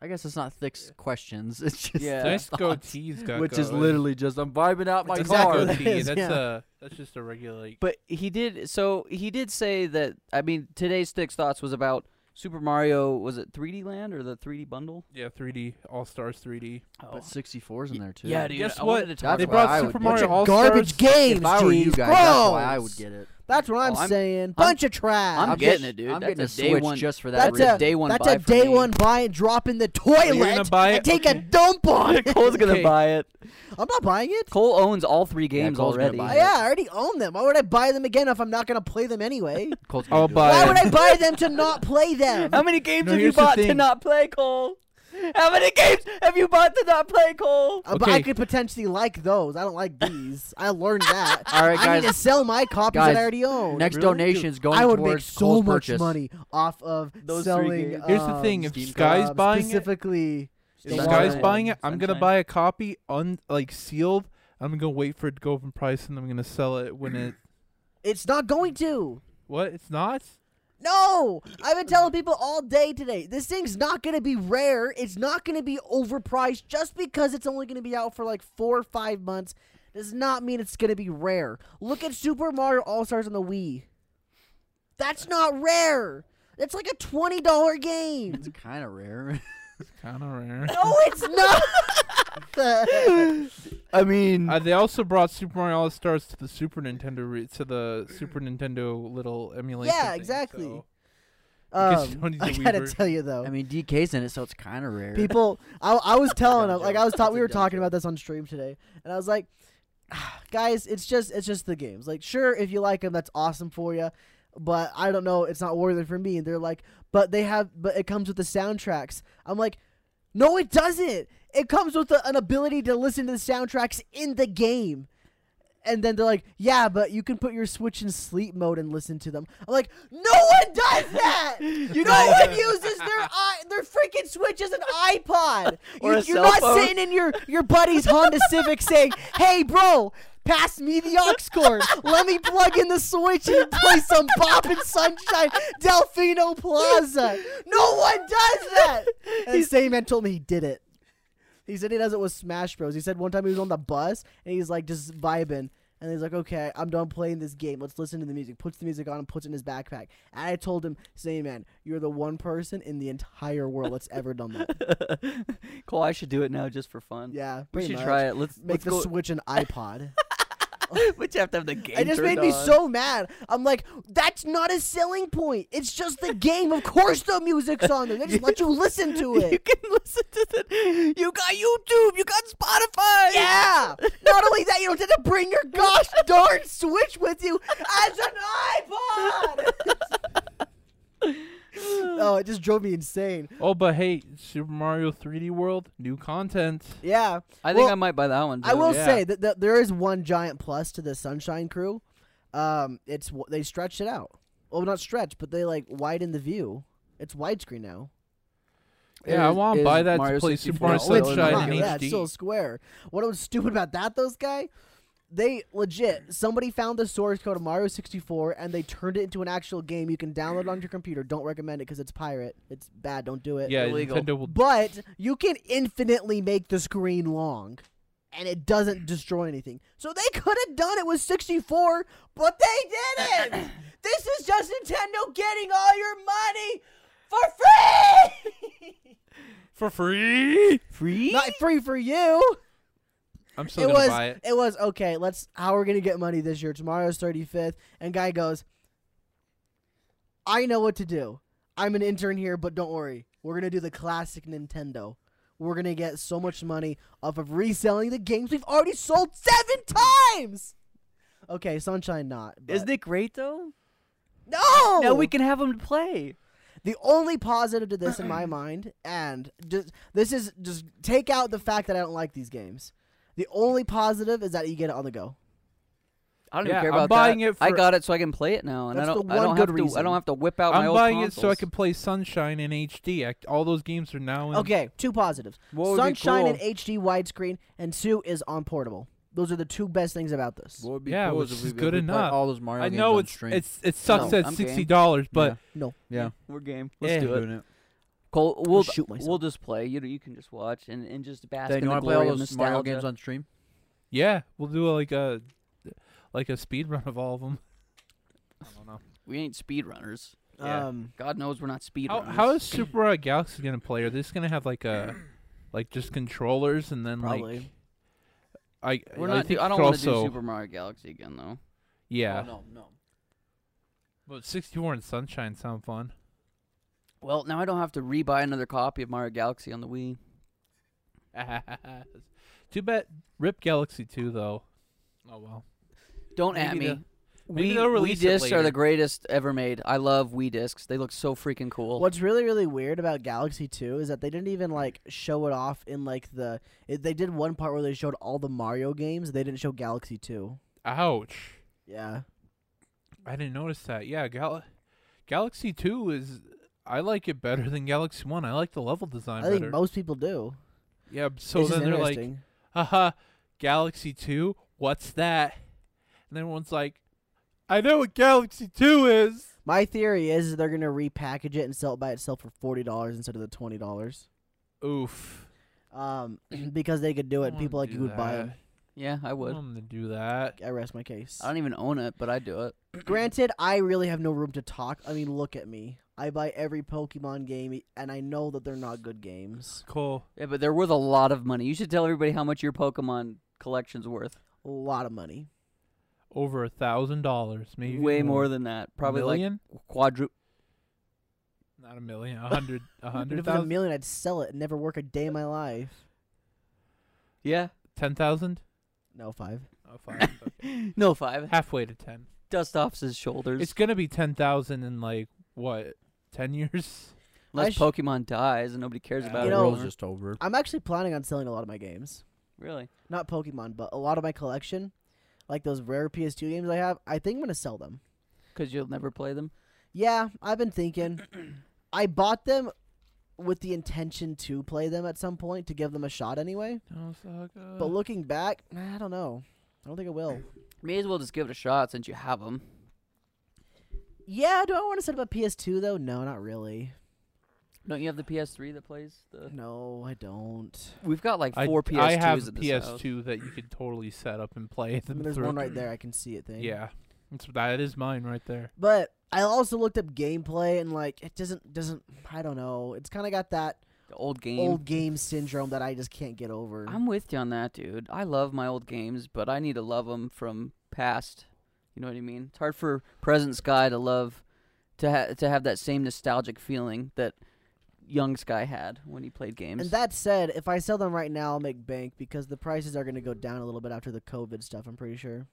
I guess it's not thick s- questions. [LAUGHS] It's just
Yeah.
thick
nice
thoughts,
goatees got
which is
going.
literally just I'm vibing out my
that's
car.
Not
Exactly.
goatee.
Yes,
That's
yeah.
a that's just a regular. like,
But he did so he did say that I mean today's six thoughts was about
Super Mario was it 3D Land or the 3D bundle?
Yeah, 3D All Stars 3D.
Oh.
But 64's in there too.
Yeah, dude.
Guess
I
what?
wanted to talk
they
That's
about
brought
why I
Super
would-
Mario
bunch of
All
Garbage
Stars.
games,
If I were you
jeez,
guys, that's why I
gross.
would get it.
That's what I'm
Oh, I'm-
saying. Bunch of trash.
I'm,
I'm
getting
get-
it, dude.
I'm
that's
getting
a day
a Switch
one,
just for that
that's
reason.
a
a day one.
That's
buy
a
for
day
me.
one buy and drop in the
you're gonna
toilet.
buy
and
it?
take a
Okay.
dump on it.
Cole's gonna
Okay.
buy it.
I'm not buying it.
Cole owns all three
Yeah,
games
Cole's gonna
already.
buy it.
Yeah, I already own them. Why would I buy them again if I'm not gonna play them anyway?
Colt's
I'll
gonna do it.
buy
Why
it.
would I buy them to not play them?
How many games
No,
have you
here's the
bought to
thing.
not play, Cole? How many games have you bought to not play, Cole?
Uh, But I
Okay.
could potentially like those. I don't like these. I
[LAUGHS]
learned that.
All right,
I need to
guys.
sell my copies
Guys,
that I already own.
Next
Really?
donation is going
I would make
towards
so
Cole's
much
purchase.
money off of
Those three
selling.
games.
Here's the
um,
thing: if
Steam
Sky's
uh,
buying it,
specifically,
if
the
Sky's
water
buying it, I'm gonna
Sunshine.
buy a copy un like sealed. I'm gonna wait for it to go up in price, and I'm gonna sell it when
[CLEARS THROAT]
it.
it's not going to.
What? It's not.
No, I've been telling people all day today. This thing's not going to be rare. It's not going to be overpriced. Just because it's only going to be out for like four or five months does not mean it's going to be rare. Look at Super Mario All Stars on the Wii. That's not rare. It's like a twenty dollar game.
[LAUGHS]
[LAUGHS]
It's kind of rare.
Kind of rare.
No, it's not. [LAUGHS]
I mean,
Uh, they also brought Super Mario All Stars to the Super Nintendo re- to the Super Nintendo little emulation.
Yeah,
thing,
exactly.
so- guess you don't
um,
need
I
the Wii
gotta
version.
tell you though.
I mean, DK's in it, so it's kind of rare.
people I, I was telling
dumb
them like
joke.
i was
[LAUGHS] That's
taught we
a
were
dumb
talking
joke.
about this on stream today and i was like [SIGHS] "Ah, guys it's just it's just the games like sure if you like them that's awesome for you but i don't know it's not worth it for me and they're like but they have but it comes with the soundtracks i'm like no it doesn't it comes with the, an ability to listen to the soundtracks in the game and then they're like, "Yeah, but you can put your Switch in sleep mode and listen to them." I'm like, "No one does that. you
[LAUGHS]
no
guys-
one uses their i their freaking Switch as an iPod.
[LAUGHS] Or
you,
a
you're
cell
not
phone.
sitting in your your buddy's Honda Civic saying, "Hey, bro." Pass me the aux cord. Let me plug in the switch and play some Bop and Sunshine, Delfino Plaza. No one does
[LAUGHS]
that. And the same man told me he did it. He said he does it with Smash Bros. He said one time he was on the bus and he's like just vibing. And he's like, okay, I'm done playing this game. Let's listen to the music. Puts the music on and puts it in his backpack. And I told him, say, man, you're the one person in the entire world that's ever done
[LAUGHS]
that.
Cole, I should do it now just for fun.
Yeah.
we
pretty
should
much.
try it. Let's
Make
let's
the
go. [LAUGHS]
Switch an iPod.
but you have to have the game.
it just made
turned
me
on.
so mad. I'm like, that's not a selling point. It's just the game. Of course the music's on there.
[LAUGHS]
They just let you listen to
You
it.
can listen to it. You got YouTube. You got Spotify.
Yeah. Not only that, you don't have to bring your gosh darn Switch with you as an iPod. oh, it just drove me insane.
Oh, but hey, Super Mario 3D World, new content.
Yeah,
I think
Well,
I might buy that one. Too.
I will
yeah.
say that, that there is one giant plus to the Sunshine Crew. Um, it's w- they stretched it out. Well, not stretch, but they like widened the view. It's widescreen now.
Yeah, I
Is-
want
is
to buy that
Mario
to play
64
Super Mario
also in
Sunshine
Mario?
Come on,
in
yeah, it's
HD.
still square. What was stupid about that, those guy? They legit somebody found the source code of Mario 64 and they turned it into an actual game you can download on your computer. Don't recommend it because it's pirate. It's bad. Don't do it.
yeah,
illegal.
Nintendo will.
But you can infinitely make the screen long, and it doesn't destroy anything. So they could have done it with 64, but
[COUGHS]
they didn't. this is just Nintendo getting all your money for free.
for free.
Free?
Not free for you.
I'm still
it
gonna
was
buy it.
was okay. Let's how we're gonna get money this year. Tomorrow's thirty fifth, and guy goes, I know what to do. I'm an intern here, but don't worry. We're gonna do the classic Nintendo. We're gonna get so much money off of reselling the games we've already sold seven times. Okay, Sunshine not. but-
Isn't it great though?
No.
Now we can have them to play.
The only positive to this in my [CLEARS THROAT] mind, and just this is just take out the fact that I don't like these games. The only positive is that you get it on the go.
I don't
Yeah,
even care
I'm
about
buying
that.
it
I
for-
got it so I can play it now, and I
That's
don't.
the
I
one
don't
good
have to. I
reason.
don't have to whip out my
I'm
old
buying it so I
consoles.
can play Sunshine in HD. I, all those games are now in.
Okay, two positives.
What would be
Sunshine
cool-
and HD widescreen, and two is on portable. Those are the two best things about this.
What would be
Yeah,
cool
which
is if
is
we- if
good
we played
enough.
All those Mario
I
games
know
on
it's
stream.
it's it sucks
No,
at
I'm
sixty
game.
dollars, but
No,
yeah,
We're game.
Let's
Let's
Yeah.
do
do
it.
doing it.
Cole,
I'll
we'll
shoot myself.
we'll just play. You know, you can just watch and, and just bask
Dan,
in
you
the
want to play
glory
all
of
those
nostalgia.
Mario games on stream?
yeah, we'll do like a like a speed run of all of them. [LAUGHS] I don't know.
we ain't speedrunners.
Yeah.
Um,
God knows we're not speed.
How,
runners.
how is Super Mario Galaxy gonna play? Are they just gonna have like a, like just controllers and then
Probably.
like I
[LAUGHS] we're
I
not? do-
think
I
you
don't
could
want to
also
do Super Mario Galaxy again though.
yeah.
Oh,
no, no.
But 64 and Sunshine sound fun. [LAUGHS]
Well, now I don't have to rebuy another copy of Mario Galaxy on the Wii.
Too bad. Rip Galaxy 2 though. Oh well.
Don't
Maybe
at me.
they'll- maybe
Wii,
they'll
Wii
release it
discs are
later.
the greatest ever made. I love Wii discs. They look so freaking cool.
What's really really weird about Galaxy 2 is that they didn't even like show it off in like the it, they did one part where they showed all the Mario games, they didn't show Galaxy 2.
Ouch.
Yeah.
I didn't notice that. Yeah, Gal- Galaxy 2 is I like it better than Galaxy 1. I like the level
i
design
think
better.
most people do.
yeah, so
It's just
then they're like,
interesting.
haha, Galaxy 2? What's that? And everyone's like, I know what Galaxy 2 is.
My theory is they're going to repackage it and sell it by itself for $40 instead of the $20.
Oof.
Um [CLEARS THROAT] because they could do it, people like you would buy them.
yeah, I
would.
would.
I'm gonna do that.
I rest my case.
I don't even own it, but I do it.
Granted, I really have no room to talk. I mean, look at me. I buy every Pokemon game and I know that they're not good games.
Cool.
Yeah, but they're worth a lot of money. You should tell everybody how much your Pokemon collection's worth.
A lot of money.
Over a thousand dollars, maybe
Way more than that. Probably
million?
like quadru.
not a million, a
[LAUGHS]
hundred, a
But
hundred
if it was a
thousand,
million, I'd sell it and never work a day in my life.
Yeah.
ten thousand.
No, five.
Oh,
[LAUGHS]
five. okay.
No five.
Halfway to ten.
Dust off his shoulders.
It's gonna be ten thousand in like what, ten years? [LAUGHS]
Unless
sh-
Pokemon dies and nobody cares
Yeah.
about
You
it.
know-
anymore.
world's just over.
I'm actually planning on selling a lot of my games.
really?
Not Pokemon, but a lot of my collection, like those rare PS2 games I have. I think I'm gonna sell them.
Because you'll never play them.
Yeah, I've
[CLEARS THROAT]
been thinking. I bought them with the intention to play them at some point to give them a shot anyway.
Uh.
But looking back, I don't know. I don't think I will.
May as well just give it a shot since you have them.
Yeah, do I want to set up a PS2 though? No, not really.
Don't you have the PS3 that plays the?
No, I don't.
We've got like
I-
four PS2s
I have
at
a
this house.
PS2 that you could totally set up and play.
I
Them
mean, there's
through.
one right there. I can see it. Thing.
Yeah, That's- that is mine right there.
But I also looked up gameplay and like it doesn't doesn't I don't know. It's kind of got that
The old game.
old game syndrome that I just can't get over.
I'm with you on that, dude. I love my old games, but I need to love them from past. You know what I mean? It's hard for present Sky to love to ha- to have that same nostalgic feeling that young Sky had when he played games.
and that said, if I sell them right now, I'll make bank because the prices are going to go down a little bit after the COVID stuff. I'm pretty sure.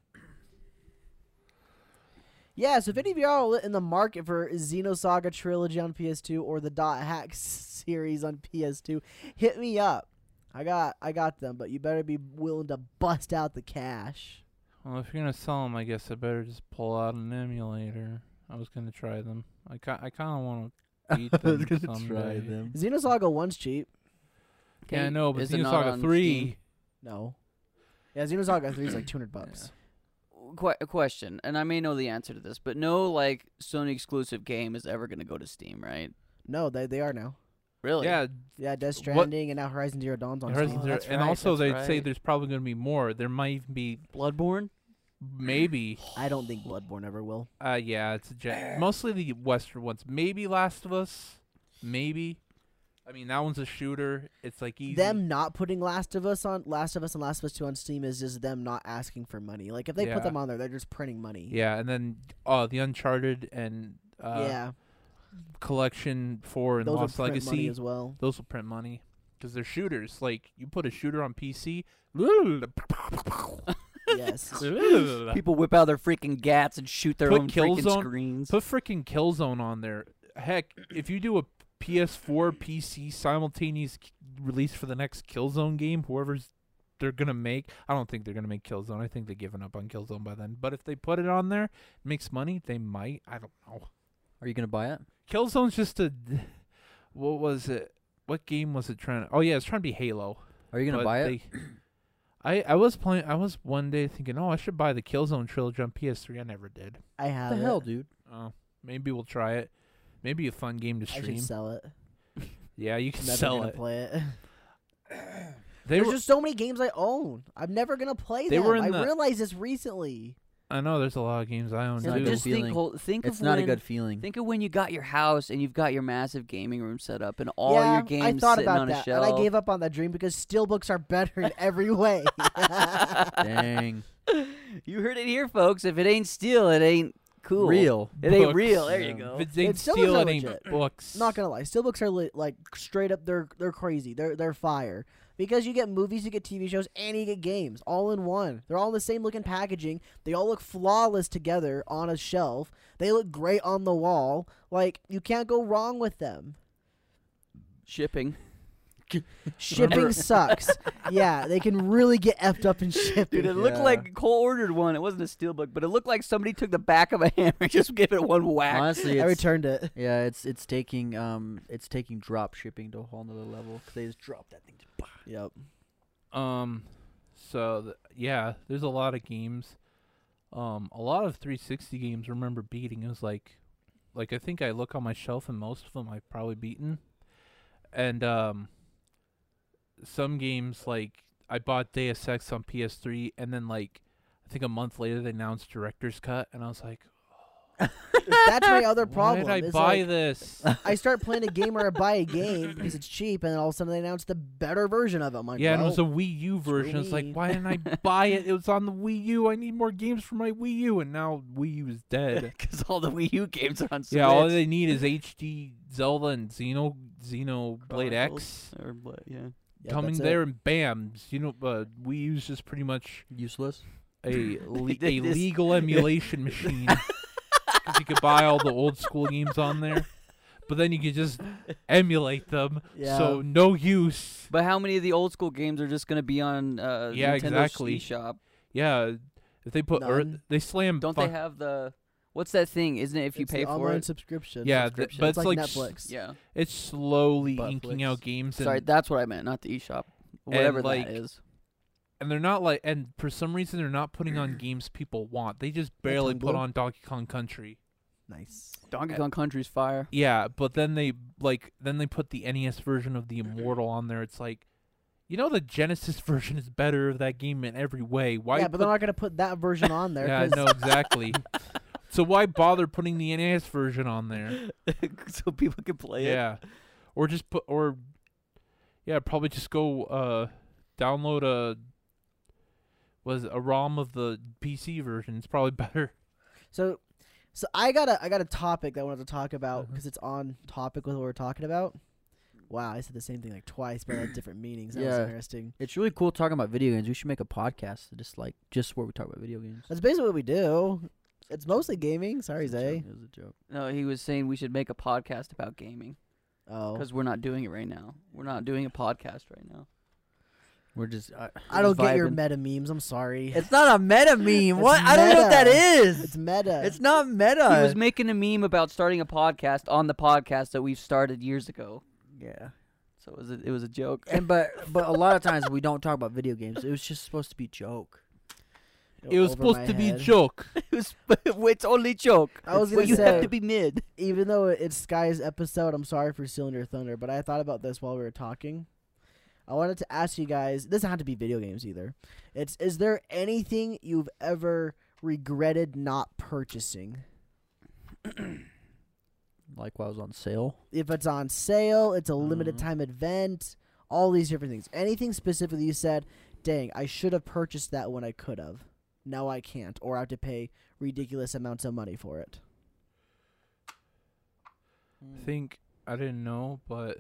Yeah, so if any of y'all are in the market for Xenosaga Trilogy on PS2 or the Dot Hack [LAUGHS] series on PS2, hit me up. I got I got them, but you better be willing to bust out the cash.
Well, if you're gonna sell them, I guess I better just pull out an emulator. I was gonna try them. I ca- I kind of
[LAUGHS]
want to beat them someday.
them.
Xenosaga One's cheap.
Yeah, I
Can-
know, but
is it not on
Xenosaga Three.
No. Yeah, Xenosaga 3 is like 200 bucks.
Steam? Qu- a question, and I may know the answer to this, but no, like Sony exclusive game is ever gonna go to Steam, right?
No, they, they are now.
Really?
Yeah,
Yeah, Death
What-
Stranding and now Horizon Zero Dawn's on
Horizon
Steam.
Oh,
Zero-
that's
and
right,
also they
that's
say
right.
there's probably gonna be more. There might even be
Bloodborne.
maybe. [SIGHS]
I don't think Bloodborne ever will.
Uh, yeah, it's a gen- mostly the Western ones. Maybe Last of Us. Maybe. I mean, that one's a shooter. It's like easy.
Them not putting Last of Us on Last of Us and Last of Us 2 on Steam is just them not asking for money. Like if they
Yeah.
put them on there, they're just printing money.
Yeah, and then uh, the Uncharted and uh,
yeah.
Collection Four and
Those
Lost
are print money
Legacy. [LAUGHS]
as well.
Those will print money because they're shooters. Like you put a shooter on
[LAUGHS]
PC.
yes.
put
People whip out their freaking gats and shoot their
Put
own freaking
Killzone-
screens.
freaking Killzone on there. Heck, if you do a PS4 PC simultaneous k- release for the next Killzone game, whoever's they're gonna make. I don't think they're gonna make Killzone. I think they've given up on Killzone by then. But if they put it on there, makes money. They might. I don't know.
Are you gonna buy it?
Killzone's just a. [LAUGHS] What was it? What game was it trying? To, oh yeah, it's trying to be Halo.
Are you
but
gonna buy it?
they- [CLEARS THROAT] I I was playing. I was one day thinking, oh, I should buy the Killzone trilogy on PS3. I never did.
I have
What the
it.
hell, dude?
Oh, maybe we'll try it. Maybe a fun game to
I
stream.
should sell it.
yeah, you can
Never
sell
gonna
it.
play
[LAUGHS] They
it. There's
were
just so many games I own. I'm never gonna play
They
them.
were in
I
the-
realized this recently.
I know there's a lot of games I own
not
too.
good
just think,
feeling.
hol- think
It's
of
not
when,
a good feeling.
Think of when you got your house and you've got your massive gaming room set up and all
yeah,
your games
I thought
sitting
about
on
that,
a shelf.
and I gave up on that dream because steelbooks are better in
[LAUGHS]
every way. [LAUGHS]
Dang.
[LAUGHS] you heard it here, folks. If it ain't steel, it ain't cool.
Real.
It ain't
Books.
real. There you
Yeah.
go.
If it ain't
It's still
steel,
so
it ain't
legit.
books.
Not gonna lie, steelbooks are li- like straight up. They're they're crazy. They're they're fire because you get movies, you get TV shows, and you get games all in one. They're all in the same looking packaging. They all look flawless together on a shelf. They look great on the wall. Like you can't go wrong with them.
Shipping.
[LAUGHS]
[LAUGHS]
Shipping sucks. yeah, they can really get effed up in shipping.
Dude, it looked
Yeah.
like Cole ordered one. It wasn't a steelbook, but it looked like somebody took the back of a hammer and [LAUGHS] just gave it one whack.
Honestly,
I
it's,
returned it.
yeah, it's it's taking um it's taking drop shipping to a whole nother level 'cause they just dropped that thing. Just,
Yep.
Um, so th- yeah, there's a lot of games. Um, a lot of 360 games. I Remember beating? It was like, like I think I look on my shelf and most of them I've probably beaten, and um, some games like I bought Deus Ex on PS3, and then like I think a month later they announced director's cut, and I was like,
That's my other
why
problem.
did I
is,
buy
like, [LAUGHS]
this?
I start playing a game or I buy a game because it's cheap, and then all of a sudden they announce the better version of it. I'm like,
yeah, and it
well,
was a Wii U version. It's like,
me.
why didn't I buy
[LAUGHS]
it? It was on the Wii U. I need more games for my Wii U, and now Wii U is dead.
Because all the Wii U games are on Switch.
Yeah, all they need is HD Zelda and Xeno Xeno Blade X
Chronicles [LAUGHS] Or, Bla- yeah.
yeah,
coming
that's it.
there and bam, you know, uh, we use just pretty much
useless.
a le-
They
a
just-
legal emulation
[LAUGHS]
machine [LAUGHS] 'Cause you could buy all the old school games on there, but then you could just emulate them. So no use.
But how many of the old school games are just going to be on uh,
Yeah,
Nintendo's
exactly.
eShop?
Yeah, if they put or
None.
they slam.
Don't they
fuck-
have the what's that thing? Isn't it if you
It's
pay
the
for
online
it?
subscription.
Yeah, th-
subscription.
but
it's
it's like
like
s-
Netflix.
Yeah.
It's slowly inking
Buttflix.
out games. And
Sorry, that's what I meant, not the eShop. Whatever
like,
that
[LAUGHS]
is.
and they're not like and for some reason they're not putting on games people want. They just barely put
Tumblr?
on Donkey Kong Country.
Nice.
Donkey Kong Country's fire.
Yeah, but then they like then they put the NES version of the Immortal on there. It's like you know the Genesis [LAUGHS] version is better of that game in every way. Why
yeah, but they're
put-
not gonna put that version on there.
[LAUGHS] Yeah,
'cause
no
[LAUGHS]
exactly. so why bother putting the NES version on there?
[LAUGHS] so people can play it.
Yeah. Or just put or yeah, probably just go uh download a was a ROM of the PC version. It's probably [LAUGHS] better.
So, so I got a I got a topic that I wanted to talk about
Mhm.
because it's on topic with what we're talking about. Wow, I said the same thing like twice, but it had different meanings. That was
Yeah.
interesting.
It's really cool talking about video games. We should make a podcast that just like just where we talk about video games.
That's basically what we do. It's mostly gaming. Sorry,
It's a joke.
Zay.
It was a joke.
No, he was saying we should make a podcast about gaming
Oh,
because we're not doing it right now. We're not doing a podcast right now.
We're just. I,
I don't get your
vibing.
meta memes. I'm sorry.
It's not a meta meme.
It's
what? I don't know what that
meta.
is.
It's meta.
It's not
Uh,
meta.
he was making a meme about starting a podcast on the podcast that we've started years ago.
yeah.
So it was a, it was a joke. [LAUGHS]
And but but a lot of times we don't talk about video games. It was just supposed to be joke.
It was
over my
supposed to be
head.
joke.
it [LAUGHS] was it's only joke.
I was
But
gonna
you have
say-
to be mid.
even though it's Sky's episode, I'm sorry for stealing your thunder, but I thought about this while we were talking. I wanted to ask you guys. It doesn't have to be video games either. It's is there anything you've ever regretted not purchasing?
Like while I was on sale.
If it's on sale, it's a limited
Mhm.
time event, all these different things. Anything specifically you said, dang, I should have purchased that when I could have. Now I can't, or I have to pay ridiculous amounts of money for it.
I think I didn't know, but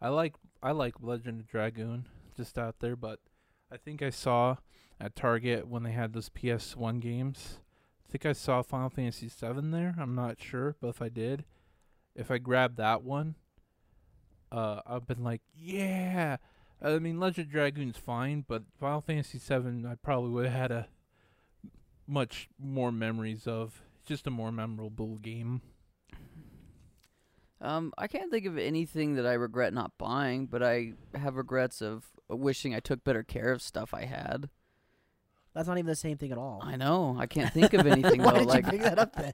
I like I like Legend of Dragoon just out there, but I think I saw at Target when they had those PS1 games. I think I saw Final Fantasy 7 there. I'm not sure, but if I did, if I grabbed that one, uh I've been like, yeah. I mean, Legend of Dragoon's fine, but Final Fantasy 7 I probably would have had a much more memories of. It's just a more memorable game.
Um, I can't think of anything that I regret not buying, but I have regrets of uh, wishing I took better care of stuff I had.
That's not even the same thing at all.
I [LAUGHS] know I can't think of anything
[LAUGHS] Why
though.
did
Like
you bring that up then?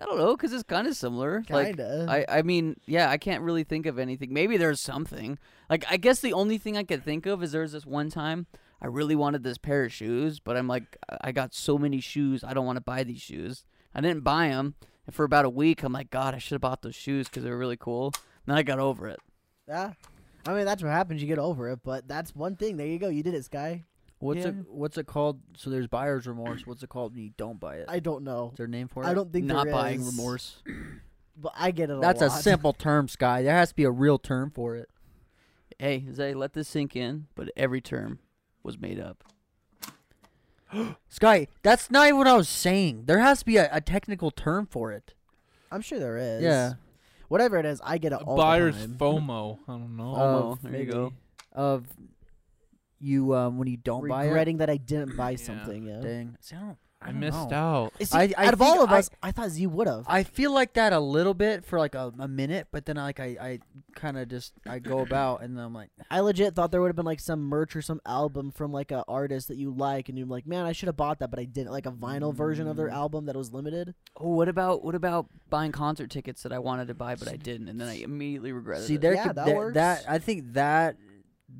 I don't know, cause it's kind of similar. Like
Kinda.
I, I mean, yeah, I can't really think of anything. Maybe there's something. Like, I guess the only thing I could think of is there was this one time I really wanted this pair of shoes, but I'm like, I- I got so many shoes, I don't want to buy these shoes. I didn't buy them, and for about a week, I'm like, God, I should have bought those shoes because they were really cool. And then I got over it.
Yeah. I mean, that's what happens. You get over it, but that's one thing. There you go. You did it, Sky.
What's
Yeah.
it? What's it called? So there's buyer's remorse. What's it called when you don't buy it?
I don't know.
Is there a name for it?
I don't think
Not
there
buying
is,
remorse.
But I get it.
That's
a,
a
lot.
simple term, Sky. There has to be a real term for it.
Hey, Zay, let this sink in, but every term was made up.
Sky, that's not even what I was saying. There has to be a, a technical term for it.
I'm sure there is.
Yeah.
Whatever it is, I get it all
Buyer's
[LAUGHS]
the time.
FOMO. I don't know.
Uh,
Almost.
Oh,
there you go.
maybe. Of you um, when you don't buy it.
Regretting that I didn't buy
Yeah.
something. Yeah.
Dang. See, I, don't, I
I
don't
missed
know.
out.
You See,
I- I
out of all
think
of
I-
us, I thought Z would have.
I feel like that a little bit for like a, a minute, but then like I, I kind of just I go about and then I'm like,
I legit thought there would have been like some merch or some album from like a artist that you like, and you're like, man, I should have bought that, but I didn't. Like a vinyl version
Mm.
of their album that was limited.
Oh, what about what about buying concert tickets that I wanted to buy but I didn't, and then I immediately regretted
see,
it.
there
Yeah,
could
that
there-
works.
that I think that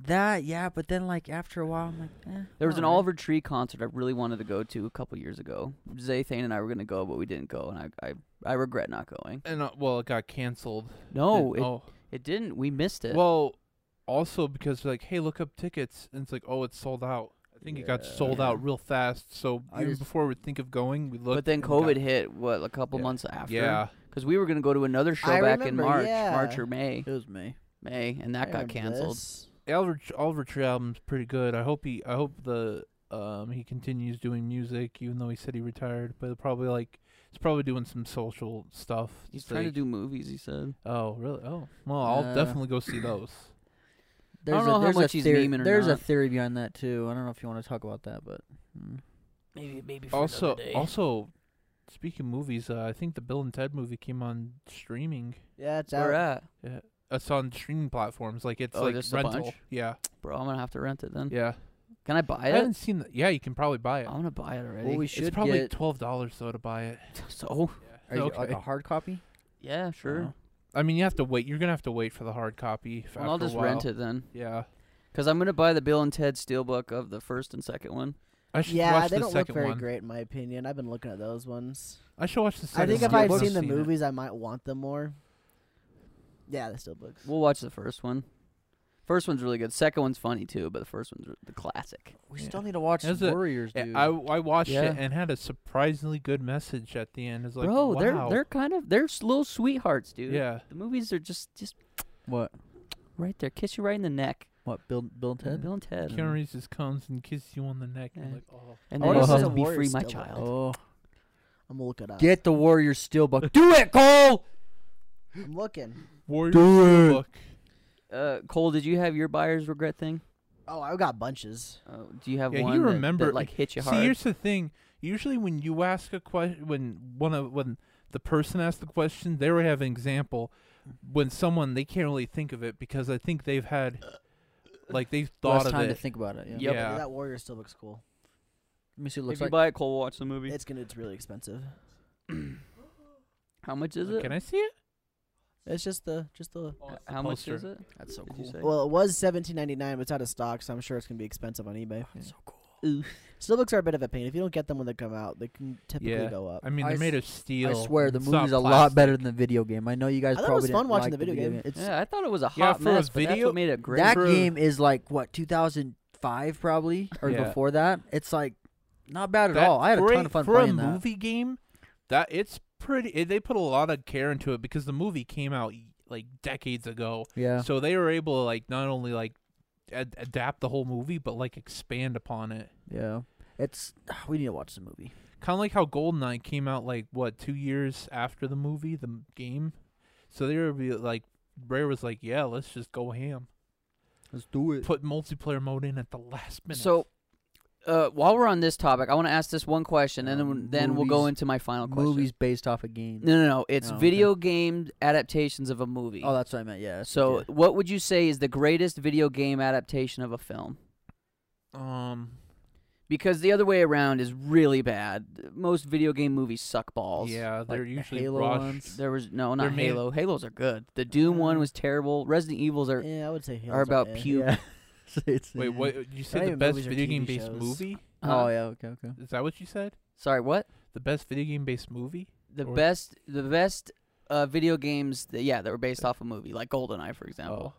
that yeah, but then like after a while I'm like, eh,
There was an
alright.
Oliver Tree concert I really wanted to go to a couple years ago. Zay Thane and I were gonna go, but we didn't go, and I I, I regret not going.
And uh, well, it got canceled.
No,
And-
it,
oh,
it didn't. We missed it.
well, also because they're like, hey, look up tickets, and it's like, oh, it's sold out. I think it got
Yeah.
sold out real fast. So
I
even
just-
before we think of going, we looked.
but then
and we
COVID
got-
hit what a couple
Yeah.
months after.
Yeah,
because we were gonna go to another show
I
back in
remember,
March,
yeah.
March or May,
It was me.
May, and that
I
got
remember
canceled.
this.
Oliver Oliver Tree album's pretty good. I hope he. I hope the um he continues doing music, even though he said he retired. But probably like he's probably doing some social stuff.
He's
It's
trying to
like-
do movies. He said.
Oh really? Oh well, I'll
Uh,
definitely go see those.
There's
don't
a,
know how
there's
much
a
he's
theory,
memeing or
There's
not.
a theory behind that too. I don't know if you want to talk about that, but mm.
Maybe maybe
Also, also, speaking of movies, uh, I think the Bill and Ted movie came on streaming.
Yeah, it's
where
out.
at,
It's on streaming platforms. Like it's
Oh,
like
just a
rental.
bunch?
Yeah,
bro. I'm gonna have to rent it then.
yeah.
Can I
I
buy it?
haven't seen that. Yeah, you can probably buy it.
I'm gonna buy it already.
we
it's
should
probably
get-
twelve dollars though to buy it.
[LAUGHS] so
are you
okay.
like a hard copy?
yeah, sure.
Uh-huh.
I mean, you have to wait. You're gonna have to wait for the hard copy. f-
Well, I'll
after a
just rent
while.
it then,
Yeah,
cause I'm gonna buy the Bill and Ted Steelbook of the first and second one.
I should
Yeah,
watch
they
the
don't look
second
very
one.
great in my opinion. I've been looking at those ones.
I should watch the
I
second.
think
one.
if I had
I've
seen the
seen it.
movies, I might want them more. Yeah, they're still books.
We'll watch the first one. First one's really good. Second one's funny too, but the first one's r- the classic.
We
Yeah.
still need to watch
There's a-
Warriors,
Yeah,
dude.
I I watched
Yeah.
it and had a surprisingly good message at the end. It's like,
Bro,
wow.
they're they're kind of they're s- little sweethearts, dude.
yeah.
The movies are just just
what?
right there, kiss you right in the neck.
What? Bill, Bill and Ted?
Bill and Ted.
Keanu Reeves just comes and kisses you on the neck. and
Yeah.
you're like, oh.
And
I
then he
wanna see
says,
the
"Be free,
Warriors
my
still
child."
Oh,
I'm gonna look it up.
get the Warriors steelbook. Do it, Cole.
I'm looking.
Warrior
Do
Steelbook.
Uh, Cole, did you have your buyer's regret thing?
Oh, I've got bunches.
Oh, do you have
Yeah, you
one that- that,
remember-
like hit you
See,
hard?
here's the thing. Usually, when you ask a question, when one of when the person asks the question, they already have an example. When someone they can't really think of it because I think they've had, like they've
Less
thought of
time to
it.
think about it. Yeah.
Yep.
Yeah.
That warrior still looks cool.
Let me see. What it
if
looks
you
like
buy it, [CLEARS THROAT] Cole, will watch the movie.
[CLEARS THROAT]
It's gonna. It's really expensive.
How much is
Uh,
it?
Can I see it?
It's just the just the.
Uh, How much is
Poster.
it?
that's so
Did you
cool.
say?
Well, it was seventeen ninety nine, but it's out of stock, so I'm sure it's gonna be expensive on eBay.
That's so cool.
Still looks are a bit of a pain. If you don't get them when they come out, they can typically
Yeah.
go up.
I mean,
I
they're made of
s-
steel.
I swear the
It's not
movie's a lot
plastic.
better than the video game. I know you
I
guys
thought it
probably
was fun
didn't
watching
like
the video game. It's
Yeah, I thought it was a hot
Yeah, for a
mess, but that's
video-
what made it great.
that
for-
game is like what 2005 probably or
Yeah.
before that. It's like not bad at
That-
all. I had a
for
ton of fun
for
playing
a movie game. That it's pretty. It, they put a lot of care into it because the movie came out like decades ago.
that. Yeah.
So they were able to like not only like ad- adapt the whole movie, but like expand upon it.
Yeah. It's ah, we need to watch the movie.
Kind of like how Goldeneye came out like what two years after the movie, the m- game. So they were be like, Rare was like, yeah, let's just go ham.
Let's do it.
Put multiplayer mode in at the last minute.
So, uh, while we're on this topic, I want to ask this one question, and
Uh,
then then we'll go
movies-
into my final question.
Movies based off a game.
No, no, no. It's
Oh, okay.
video game adaptations of a movie.
Oh, that's what I meant. Yeah. that's-
so,
yeah.
what would you say is the greatest video game adaptation of a film?
um,
Because the other way around is really bad. Most video game movies suck balls.
yeah, they're
the
usually
Halo
rushed.
ones.
There was no,
They're
not
made-
Mm.
Halo. Halos are good. The Doom one was terrible. Resident Evils are
yeah, I would say. Halo's
are about
okay.
puke.
Yeah. [LAUGHS] it's,
Wait, what? You said
Not
the
even
best
movies or
video
TV
game based
shows.
movie?
Oh
Huh?
yeah, okay, okay.
Is that what you said?
Sorry, what?
The best video game based movie?
The
Or-
best, the best uh, video games. That, yeah, that were based off a movie, like GoldenEye, for example.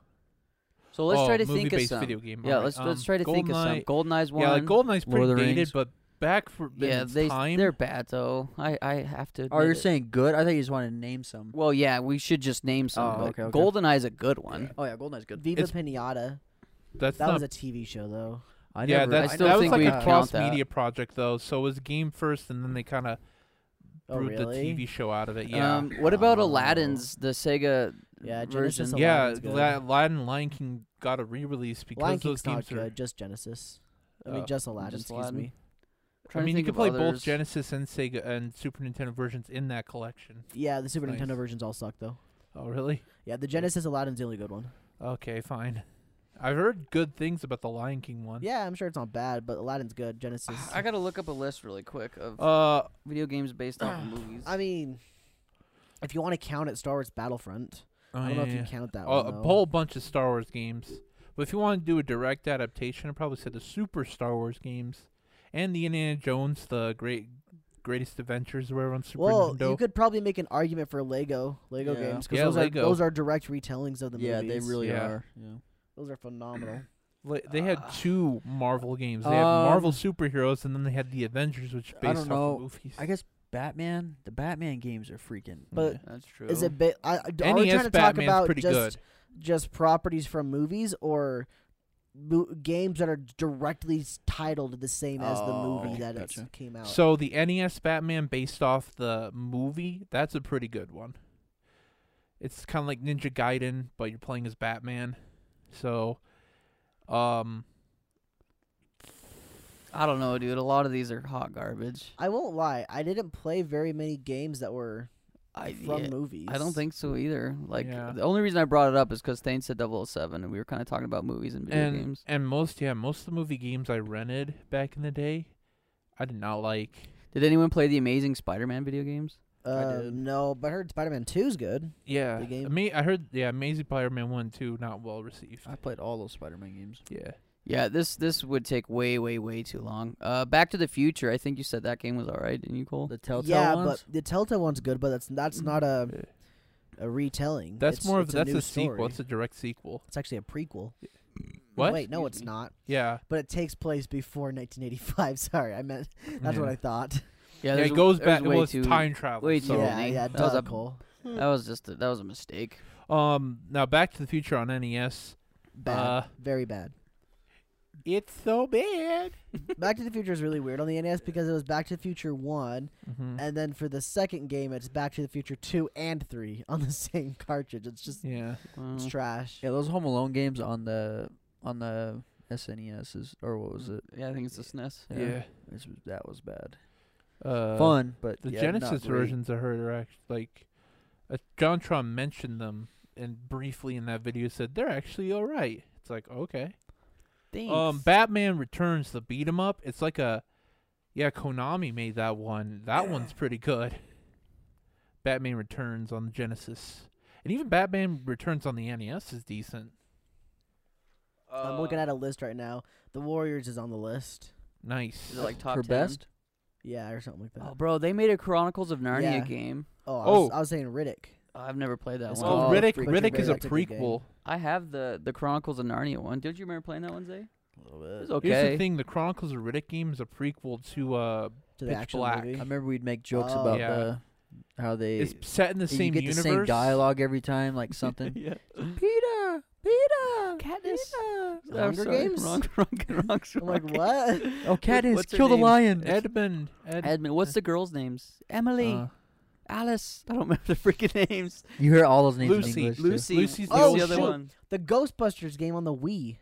So let's
Oh,
try to think of
movie-based
some.
video game.
yeah,
alright.
let's let's
Um,
try to think of some.
GoldenEye-
GoldenEye's one.
Yeah, like GoldenEye's
Lord of
pretty
the
dated,
Rings.
but back for
yeah,
its
they
time.
they're bad though. I I have to.
Oh, you're
admit it.
saying good? I thought you just wanted to name some.
Well, yeah, we should just name some.
Oh,
but
okay, okay.
GoldenEye's a good one.
Oh yeah, Goldeneye's good.
Viva
It's-
Pinata.
that's
That
not
was a TV show, though.
I
yeah,
never,
that's,
I still
that
think
was
we'd
like a
count
cross
that.
media project though. So it was game first, and then they kind of
Oh,
brewed
really?
the TV show out of it. Yeah,
Um, what about
Oh.
Aladdin's the Sega
Yeah, Genesis
version?
Aladdin.
yeah,
Aladdin's good.
La- Aladdin, Lion King got a re-release because
Lion
those
King's not
games
good.
are.
Just Genesis. I mean,
Oh,
just Aladdin.
just
excuse
Aladdin.
me.
I
Trying to
mean, you
think
could
of
play both
others.
Genesis and Sega and Super Nintendo versions in that collection.
Yeah, the Super
Nice.
Nintendo versions all suck though.
Oh, really?
Yeah, the Genesis Aladdin's the only good one.
Okay, fine. I've heard good things about the Lion King one.
Yeah, I'm sure it's not bad, but Aladdin's good. Genesis.
Ah,
[SIGHS] I gotta look up a list really quick of
Uh,
video games based
[SIGHS]
off of movies.
I mean, if you want to count it, Star Wars Battlefront. I don't know if you count that
Uh,
one.
a
though.
whole bunch of Star Wars games. But if you want to do a direct adaptation, I'd probably say the Super Star Wars games and the Indiana Jones, the Great Greatest Adventures, were on Super
Well,
Nintendo.
you could probably make an argument for Lego Lego
Yeah.
games because
Yeah,
those
Lego.
are those are direct retellings of the
yeah,
movies.
they really
Yeah.
are. Yeah.
those are phenomenal.
Li- they had
Ah.
two Marvel games. They had
Um,
Marvel superheroes, and then they had the Avengers, which is
I
based
don't
off
know.
the movies.
I guess Batman. The Batman games are freaking.
But
That's true.
is it? Ba- I, are
yeah.
we
NES
trying to
E Batman's
talk about
pretty
just
good.
just properties from movies or mo- games that are directly s- titled the same as the movie
Oh,
that
gotcha.
it came out?
So the NES Batman, based off the movie, that's a pretty good one. It's kind of like Ninja Gaiden, but you're playing as Batman. So, um,
I don't know, dude. A lot of these are hot garbage.
I won't lie, I didn't play very many games that were
I
from
yeah,
movies.
I don't think so either. Like
Yeah.
the only reason I brought it up is because Thane said 007, and we were kind of talking about movies and video
and
games.
and most yeah most of the movie games I rented back in the day, I did not like.
Did anyone play the Amazing Spider-Man video games?
Uh,
did.
no, but I heard Spider-Man 2's good.
Yeah,
The game?
Me, I heard yeah Amazing Spider-Man one two not well received.
I played all those Spider-Man games.
Yeah,
Yeah, this this would take way way way too long. Uh, Back to the Future. I think you said that game was all right, didn't you, Cole?
The Telltale
yeah,
ones.
but the Telltale one's good, but that's that's not a
Yeah.
a retelling.
that's
It's-
more of
it's
that's
a, new
a, sequel.
story.
It's a direct sequel.
It's actually a prequel.
What?
Wait, no,
Excuse
it's
me.
not.
Yeah,
But it takes place before 1985. [LAUGHS] Sorry, I meant that's
yeah.
what I thought.
yeah,
mhm. Yeah,
there's
it
w-
goes
there's
back.
way
Well, it's
too-
time travel.
way too
so.
yeah,
neat.
yeah,
That was a-
duh, Cole.
That was just a, that was a mistake.
Um, now back to the future on E NES.
Bad,
Uh,
very bad.
it's so bad.
Back to the Future is really weird on the NES because it was Back to the Future One,
Mm-hmm.
and then for the second game, it's Back to the Future Two and Three [LAUGHS] on the same cartridge. It's just
Yeah,
Well,
it's
Mm-hmm.
trash.
yeah, those Home Alone games on the on the SNES is or what was it?
yeah, I think it's the SNES.
yeah.
This was- that was bad.
Uh,
Fun, but
The
yeah, not
Genesis
great.
versions I heard are actually like, uh, John Tron mentioned them and briefly in that video said they're actually all right. It's like okay.
Thanks.
Um, Batman Returns the beat 'em up. It's like a, yeah, Konami made that one. That one's pretty good. Batman Returns on the Genesis, and even Batman Returns on the NES is decent. Uh.
I'm looking at a list right now. The Warriors is on the list.
Nice.
Is it like top
for
10?
best.
Yeah, or something like that.
Oh,
Oh,
bro, they made a Chronicles of Narnia
Yeah.
game.
I, was,
Oh.
I was saying Riddick.
Oh, I've never played that
It's
Oh,
one.
called-
Riddick.
Freaking
Riddick is a
Riddick. It's a good game.
prequel.
I have the the Chronicles of Narnia one. Did you remember playing that one, Zay? It's okay.
Here's [LAUGHS] the thing: the Chronicles of Riddick game is a prequel to uh,
To the
Pitch
actual
Black.
movie.
I remember we'd make jokes
Oh.
about
Yeah.
the how they
it's set in the
you
same
get
universe.
the same dialogue every time, like something.
[LAUGHS] yeah.
Peter, Peter,
[LAUGHS]
uh."
Katniss.
Peter.
I'm
Hunger
sorry, [LAUGHS]
Games?
Wrong, wrong, wrong,
I'm like,
wrong. [LAUGHS]
what? [LAUGHS]
Oh, Katniss,
what's her
kill the
name?
lion.
Edmund. Ed-
Edmund. What's the girls' names? Emily,
uh,
Alice. [LAUGHS] I don't remember the freaking names.
You hear all those names
Lucy,
in English. too.
Lucy.
Lucy's
Lucy's
the
the
old
other
shoot.
one.
the Ghostbusters game on the Wii.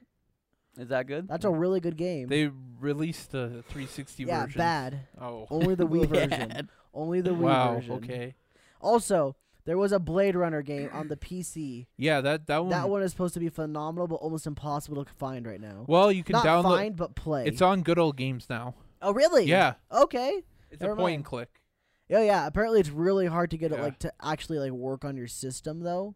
Is that good?
That's a
Mm-hmm.
really good game.
they released the 360
yeah,
version.
bad.
[LAUGHS] Oh.
Only the Wii version.
Bad.
Only the Wii
wow.
version.
Okay.
Also, there was a Blade Runner game on the PC.
Yeah. That that one.
That one is supposed to be phenomenal, but almost impossible to find right now.
Mm. Well, you can
Not
download.
find, but play.
It's on good old games now.
oh, really?
Yeah.
Okay.
It's
Never
a point
mind.
and click.
Yeah, yeah. Apparently, it's really hard to get it
Yeah.
like to actually like work on your system though.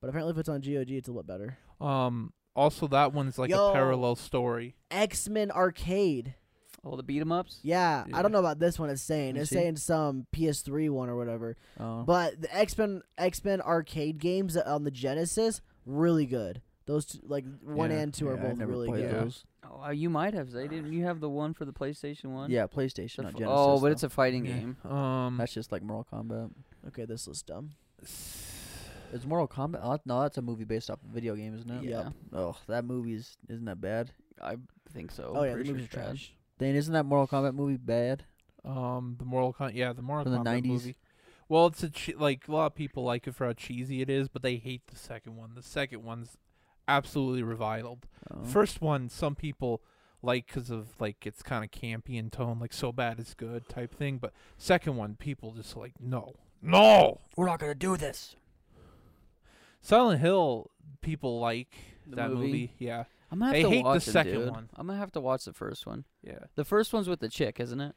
But apparently, if it's on GOG, it's a lot better.
Um. also that one's like
Yo.
a parallel story.
X Men Arcade.
[LAUGHS] Oh, the beat 'em ups.
Yeah, I
Yeah.
don't know about this one. It's saying
me
it's
see.
saying some PS3 one or whatever.
Oh.
But the X Men X Men arcade games on the Genesis really good. Those two, like one
Yeah,
and two are
yeah, I
both
never
really
played
good.
Yeah.
those.
oh, uh, you might have. Zay, didn't you have the one for the PlayStation One?
Yeah,
The
PlayStation, not
f-
Genesis.
oh, but it's
though.
a fighting
Yeah.
game.
Um,
that's just like Mortal Kombat.
Okay, this looks dumb.
It's Mortal Kombat. Oh, no, that's a movie based off a video game, isn't it?
Yeah.
Oh, that movie's isn't that bad.
I think so.
Oh, yeah, the
Pretty
movies are
it's bad.
trash.
Then isn't that Mortal Kombat movie bad?
um, the Mortal Kombat, yeah, the Mortal
From the
Kombat
90s?
movie. Well, it's a che- like a lot of people like it for how cheesy it is, but they hate the second one. The second one's absolutely reviled.
Oh.
First one, some people like because of like it's kind of campy in tone, like so bad it's good type thing. But second one, people just like no, no.
We're not gonna do this.
Silent Hill, people like
The
that
movie?
movie. Yeah,
I'm gonna have
They
to
hate the
watch it,
second
dude.
one.
I'm gonna have to watch the first one.
yeah.
The first one's with the chick, isn't it?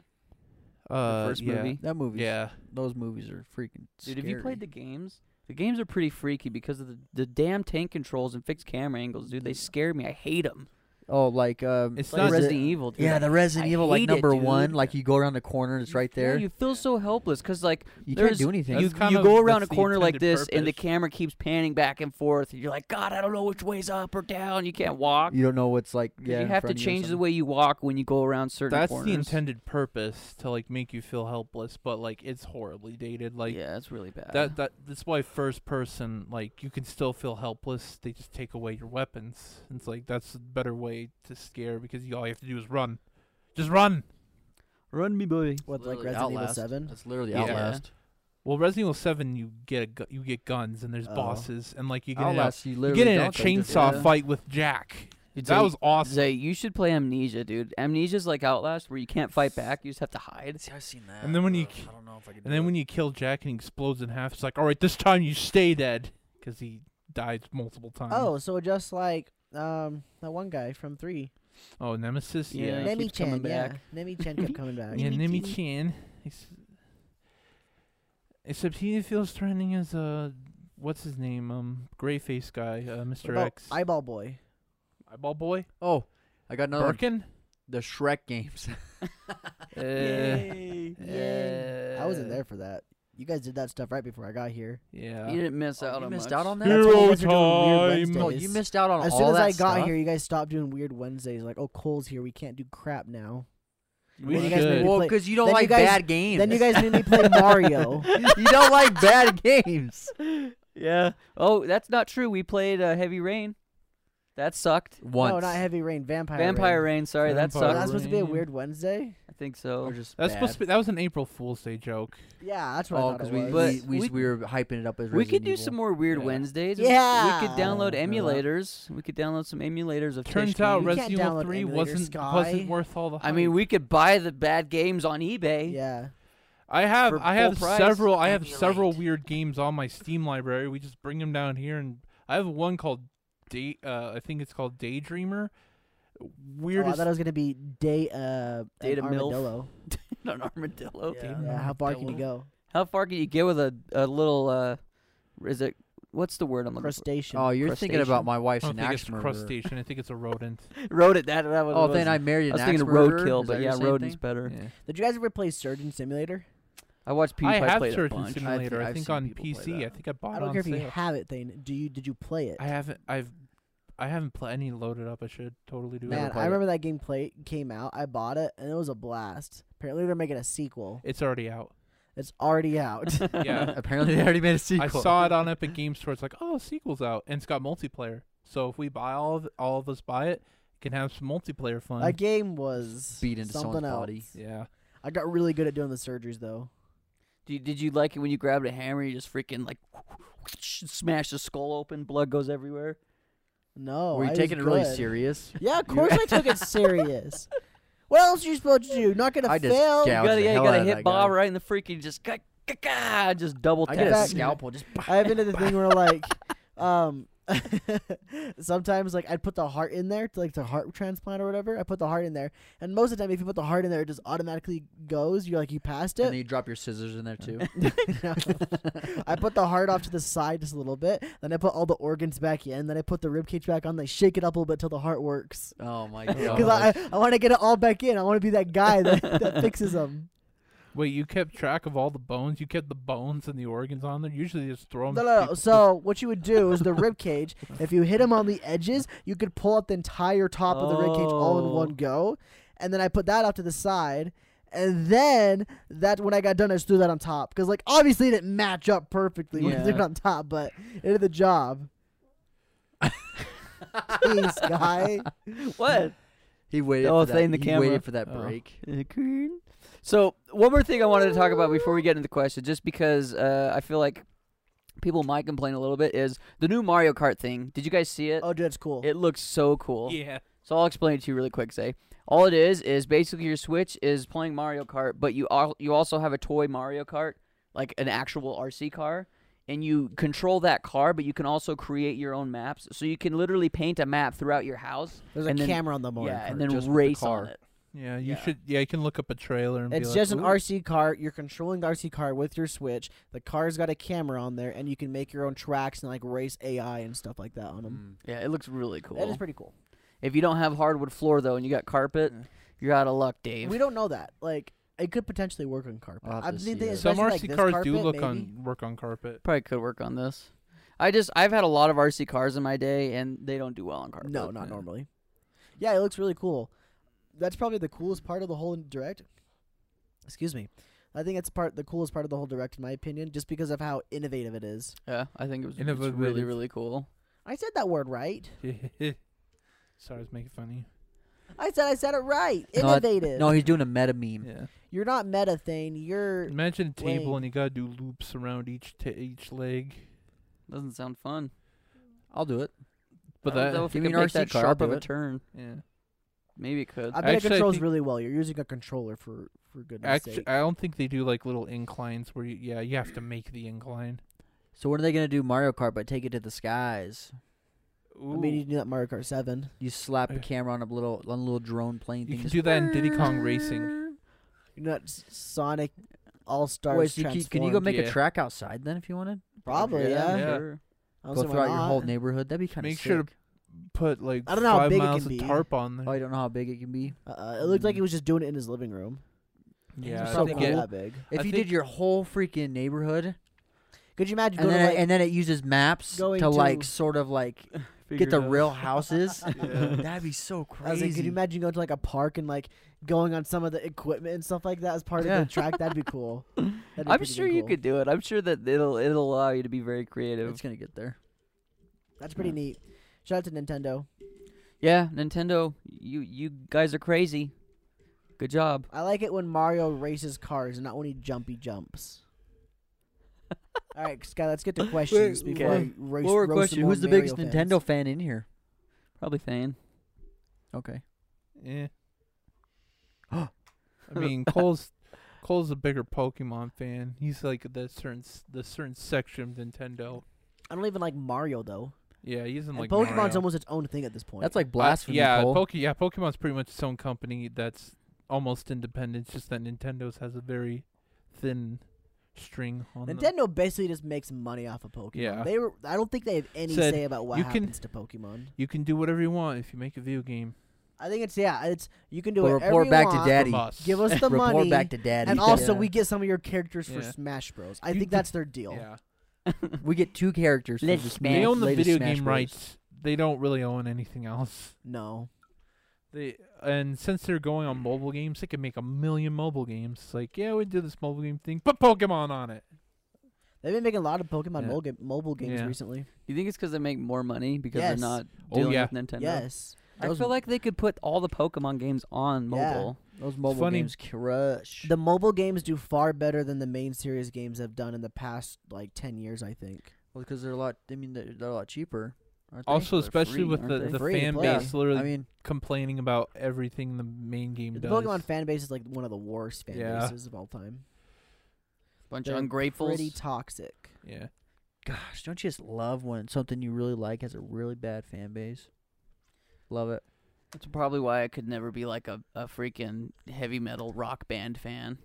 Uh,
first
yeah.
movie?
That movie.
Yeah,
Those movies are freaking.
Dude, have you played the games? The games are pretty freaky because of the, the damn tank controls and fixed camera angles, dude. They scare me. I hate them.
Oh, like um,
It's
like
not-
Resi-
Resident Evil, dude.
Yeah,
[LAUGHS]
the Resident
I
Evil, like
hate it,
number one,
dude.
like you go around the corner and it's right
Yeah,
there.
you feel so helpless because like
You
there's,
can't do anything.
You,
That's kind
you
of-
go around a
that's the
corner like
intended
this, and the
purpose.
camera keeps panning back and forth. And you're like, God, I don't know which way's up or down. You can't walk.
You don't know what's like.
'Cause
Yeah,
you
in
have to
front of you or
change the
something.
way you walk when you go around certain
that's
corners.
the intended purpose to like make you feel helpless, but like it's horribly dated. Like
yeah, it's really bad.
that that that's why first person like you can still feel helpless. They just take away your weapons. It's like that's a better way to scare because you all you have to do is run, just run.
Run me, boy.
What like
Literally
Resident Evil
Outlast.
Seven?
That's literally
Yeah.
Outlast.
Well, Resident Evil Seven, you get a gu- you get guns and there's
Oh.
bosses and like you
Oh,
get in a,
Outlast. You
you
literally
get in a
don't think it's-
chainsaw
Yeah.
fight with Jack.
Dude,
that
Zay-
was awesome.
Zay, you should play Amnesia, dude. Amnesia's like Outlast, where you can't fight back; you just have to hide.
See, I've seen that.
And then when you
but
k-
don't know if I can.
And then when you kill Jack and he explodes in half, it's like, all right, this time you stay dead because he died multiple times.
Oh, so just like um that one guy from three,
oh, Nemesis.
Yeah.
yeah,
he
Nemi
keeps coming
Chan. Yeah,
back.
Nemi Chan kept coming
[LAUGHS]
back.
yeah Nemi Chan. Ex- Except he feels threatening as uh, what's his name? Um, gray face guy, uh,
What
Mr.
about
X.
Eyeball Boy.
Eyeball boy.
oh, I got another. one.
[LAUGHS]
Birkin.
The Shrek games.
Uh,
[LAUGHS]
Yay. I
Uh,
wasn't there for that. You guys did that stuff right before I got here.
You
Yeah.
didn't miss out
Oh, you
on
missed
much.
out
[LAUGHS]
on that.
That's when you guys were doing
Hero time.
Weird
Oh,
Wednesdays.
you missed out on
as
all
soon as
that
I got
stuff?
here, you guys stopped doing Weird Wednesdays. Like, oh, Cole's here. We can't do crap now.
We
Well, you guys made
should.
me-
Well,
play-
because you don't
then you
like
guys-
bad games.
Then you guys made me play
[LAUGHS]
[LAUGHS]
Mario.
you don't like bad games.
Yeah. Oh, that's not true. We played uh, Heavy Rain. That sucked.
Once.
No, not Heavy Rain. Vampire.
Vampire
Rain.
Rain. sorry, that
Vampire
Was
sucked.
that supposed to be a
Rain.
Weird Wednesday?
I think so.
Or just
That's
bad.
supposed to be. That was an April Fool's Day joke.
Yeah, that's what
Oh,
I thought it
because we,
was.
But
we, we,
we-
we were hyping it up as
We could
Resident
do
Evil.
some more Weird
Yeah.
Wednesdays. We
Yeah.
could download
Yeah.
emulators. We could download some emulators of Tish
Turns out
games.
Res-
Resident
can't
Evil
download
3
emulators,
wasn't
Sky.
wasn't worth all the hype.
I mean, we could buy the bad games on eBay.
yeah.
I have
for
I have
full price,
several I have
emulate.
several weird games on my Steam library. We just bring them down here and I have one called Day uh, I think it's called Daydreamer.
Oh, I
Weirdest [LAUGHS]
thought it was gonna be day uh an
Data milf.
armadillo.
[LAUGHS] An armadillo.
Daydreamer.
Yeah, how far can you go?
How far can you get with a, a little? Uh, is it? What's the word I'm looking
Crustacean.
Oh, you're thinking about
Crustacean.
my
I
wife's
don't
an
think it's
axe murderer.
crustacean. I think it's a rodent.
for? Wrote it that. that was,
Oh, then I
I
married an
was
axe
thinking of
murderer.
roadkill,
Is
but
that
yeah,
the same
rodent's
thing?
better.
Yeah.
Did you guys ever play Surgeon Simulator?
I watched PewDiePie
I have
play it a
Surgeon
bunch.
Simulator. I
I've
think
seen
on
people play
PC.
that.
I think I bought
I
it
don't
on
care if you
sale.
have it, Thane. Do you did you play it?
I haven't. I've. I haven't played any loaded up. I should totally do
Man,
it.
I remember that game play came out. I bought it and it was a blast. Apparently they're making a sequel.
It's already out.
It's already
[LAUGHS]
out.
[LAUGHS]
Yeah.
Apparently, they already made
[LAUGHS]
a
I
sequel.
saw it on Epic Games Store. It's like, oh, sequel's out, and it's got multiplayer. So if we buy all of all of us buy it, we can have some multiplayer fun.
that game was
Beat into someone's
something else.
body.
yeah,
I got really good at doing the surgeries though.
Did you, did you like it when you grabbed a hammer? You just freaking like [LAUGHS] smash the skull open, blood goes everywhere.
No, Oh, I
Were you
was
taking it really
good.
serious? [LAUGHS]
Yeah, of course I took it serious. What else are you supposed to do? Not gonna
I just
fail.
You
gouged
gotta,
the
yeah, you
hell
gotta
out of
hit
that
Bob
guy.
right in the freaking just ka- ka- ka, just double
I
tap.
got a
Back-
scalpel. Just [LAUGHS]
I have been to the thing where like um [LAUGHS] sometimes like I'd put the heart in there to like to heart transplant or whatever. I put the heart in there, and most of the time, if you put the heart in there, it just automatically goes. You're like you passed [LAUGHS]
And
it.
then you drop your scissors in
[LAUGHS]
there too.
No. I put the heart off to the side just a little bit. Then I put all the organs back in. Then I put the rib cage back on. Like shake it up a little bit till the heart works.
oh my
Because
god.
I, I want to get it all back in. I want to be that guy that, that fixes them.
Wait, you kept track of all the bones? You kept the bones and the organs on there? Usually they just throw them.
No, no, no. So what you would do is the rib cage. If you hit him on the edges, you could pull up the entire top of the rib cage all in
Oh.
one go. And then I put that off to the side. And then that when I got done, I just threw that on top because like obviously it didn't match up perfectly when I threw it
Yeah.
on top, but it did
[LAUGHS]
the job. Jeez, guy.
What?
He waited.
Oh,
for that.
thing the
he
camera.
waited for that
Oh.
break.
So one more thing I wanted to talk about before we get into the question, just because uh, I feel like people might complain a little bit, is the new Mario Kart thing. Did you guys see it?
Oh, dude, it's cool.
It looks so
[LAUGHS]
cool.
Yeah.
So I'll explain it to you really quick, Zay. All it is is basically your Switch is playing Mario Kart, but you al- you also have a toy Mario Kart, like an actual RC car, and you control that car, but you can also create your own maps. So you can literally paint a map throughout your house.
There's a
and then-
camera on the Mario
yeah,
Kart.
and then
just with the
race
car.
on it.
Yeah, you
Yeah.
should. Yeah, you can look up a trailer and be
It's
like,
just an
"Ooh."
RC car. You're controlling the RC car with your Switch. The car's got a camera on there, and you can make your own tracks and like race AI and stuff like that on them.
Mm. Yeah, it looks really
Mm,
cool.
That is pretty cool.
If you don't have hardwood floor though, and you got carpet, you're out of luck, Dave.
We don't know that. Like, it could potentially work on carpet.
I'll have
I'm
to
thinking
see it.
Some
especially,
RC
like, this
cars do
carpet,
look
maybe.
on work on carpet. [LAUGHS]
Probably could work on this. I just I've had a lot of RC cars in my day, and they don't do well on carpet.
No, not
Yeah.
normally. Yeah, it looks really cool. That's probably the coolest part of the whole direct. Excuse me. I think it's part the coolest part of the whole direct, in my opinion, just because of how innovative it is.
Yeah, I think it was it's really
Innovative.
really cool.
I said that word right.
Sorry, I was making funny.
I said I said it right.
No, I-
Innovative.
No, he's doing a meta meme.
Yeah.
You're not meta thing.
Mm,
You're
Imagine a table
er, Wait.
and you gotta do loops around each ta each leg.
Doesn't sound fun.
I'll do it.
But
I don't know
that
if it
Give me
could
an
make
RC
that
car,
sharp of
do
a
it.
turn.
yeah.
Maybe it could.
I bet it
Actually, I
controls
think-
really well. You're using a controller for for goodness
Actually,
sake.
uh,
I don't think they do like little inclines where you yeah you have to make the incline.
So when are they gonna do Mario Kart? But take it to the skies.
Ooh.
I mean, you can do that Mario Kart Seven.
You slap a
Yeah.
camera on a little on a little drone plane
you
thing.
can
Just-
do that in Diddy Kong Racing.
You know, that S- Sonic All Stars.
Wait, so you can, can you go make a
yeah.
track outside then if you wanted?
Probably, yeah.
Yeah.
Sure.
I
Go
was like, why
throughout your whole
not?
neighborhood. That'd be kind of
Make
sick.
sure to put like
I don't know how
five
big it
miles
can
of
be.
tarp on there.
Oh, you don't know how big it can be.
Uh, it looked like he was just doing it in his living room.
yeah,
it's
I
so
think
not
it-
that big.
If
I
you did
think-
your whole freaking neighborhood,
Could you imagine
and
going
then
to like,
and then it uses maps to,
going to-
like sort of
[LAUGHS]
like get the real houses. That'd be so
I was like, could
crazy.
you imagine going to like a park and like going on some of the equipment and stuff like that as part
Yeah.
of the track? That'd be cool. That'd be
I'm
pretty
sure
dang
you
cool.
could do it. I'm sure that it'll it'll allow you to be very creative.
it's gonna get there.
That's pretty neat. Shout out to Nintendo.
yeah, Nintendo, you you guys are crazy. Good job.
I like it when Mario races cars and not when he jumpy jumps. All right, Sky, let's get to questions
Wait,
before
okay.
I race.
Lower
roast some
question:
more
Who's the
Mario
biggest
fans.
Nintendo fan in here?
Probably Thane.
Okay.
Eh. I mean, Cole's Cole's a bigger Pokemon fan. He's like the certain s- the certain section of Nintendo.
I don't even like Mario though.
Yeah, he's in
And
like
Pokemon's
Mario.
almost its own thing at this point.
That's like
Uh,
blasphemy.
yeah,
Cole.
Poke, yeah, Pokemon's pretty much its own company that's almost independent. It's just that Nintendo's has a very thin string on them.
Nintendo basically just makes money off of Pokemon.
Yeah.
They were I don't think they have any
Said,
say about what
"You can-
happens to Pokemon.
You can do whatever you want if you make a video game.
I think it's yeah, it's you can do
But
it.
report back to Daddy.
From us.
[LAUGHS]
Give us the
Report
money.
back to daddy.
and also
Yeah.
we get some of your characters for
Yeah.
Smash Bros. I
You
think
can-
that's their deal.
Yeah.
"Uh, we get two characters.
Let's
from
smash.
They own the
latest
video
Smash
game
Bros.
rights. They don't really own anything else.
No.
They and since they're going on mobile games, they can make a million mobile games. It's like, yeah, we did this mobile game thing, put Pokemon on it.
They've been making a lot of Pokemon
Yeah.
mo- ga- mobile games
Yeah.
recently.
You think it's because they make more money because
Yes.
they're not
Oh,
dealing
yeah.
with Nintendo?
Yes.
I
Those-
feel like they could put all the Pokemon games on
Yeah.
mobile.
Those mobile
funny.
games crush.
The mobile games do far better than the main series games have done in the past like ten years, I think.
Well, because they're a lot. I mean, they're, they're a lot cheaper. Aren't they?
Also,
They're
especially
free,
with
aren't
the,
they?
the
Free to
fan
play.
base literally
I mean,
complaining about everything the main game
The
does.
Pokemon fan base is like one of the worst fan
Yeah.
bases of all time.
Bunch
They're
of ungratefuls.
Pretty toxic.
yeah.
gosh, don't you just love when something you really like has a really bad fan base? Love it.
That's probably why I could never be like a, a freaking heavy metal rock band fan.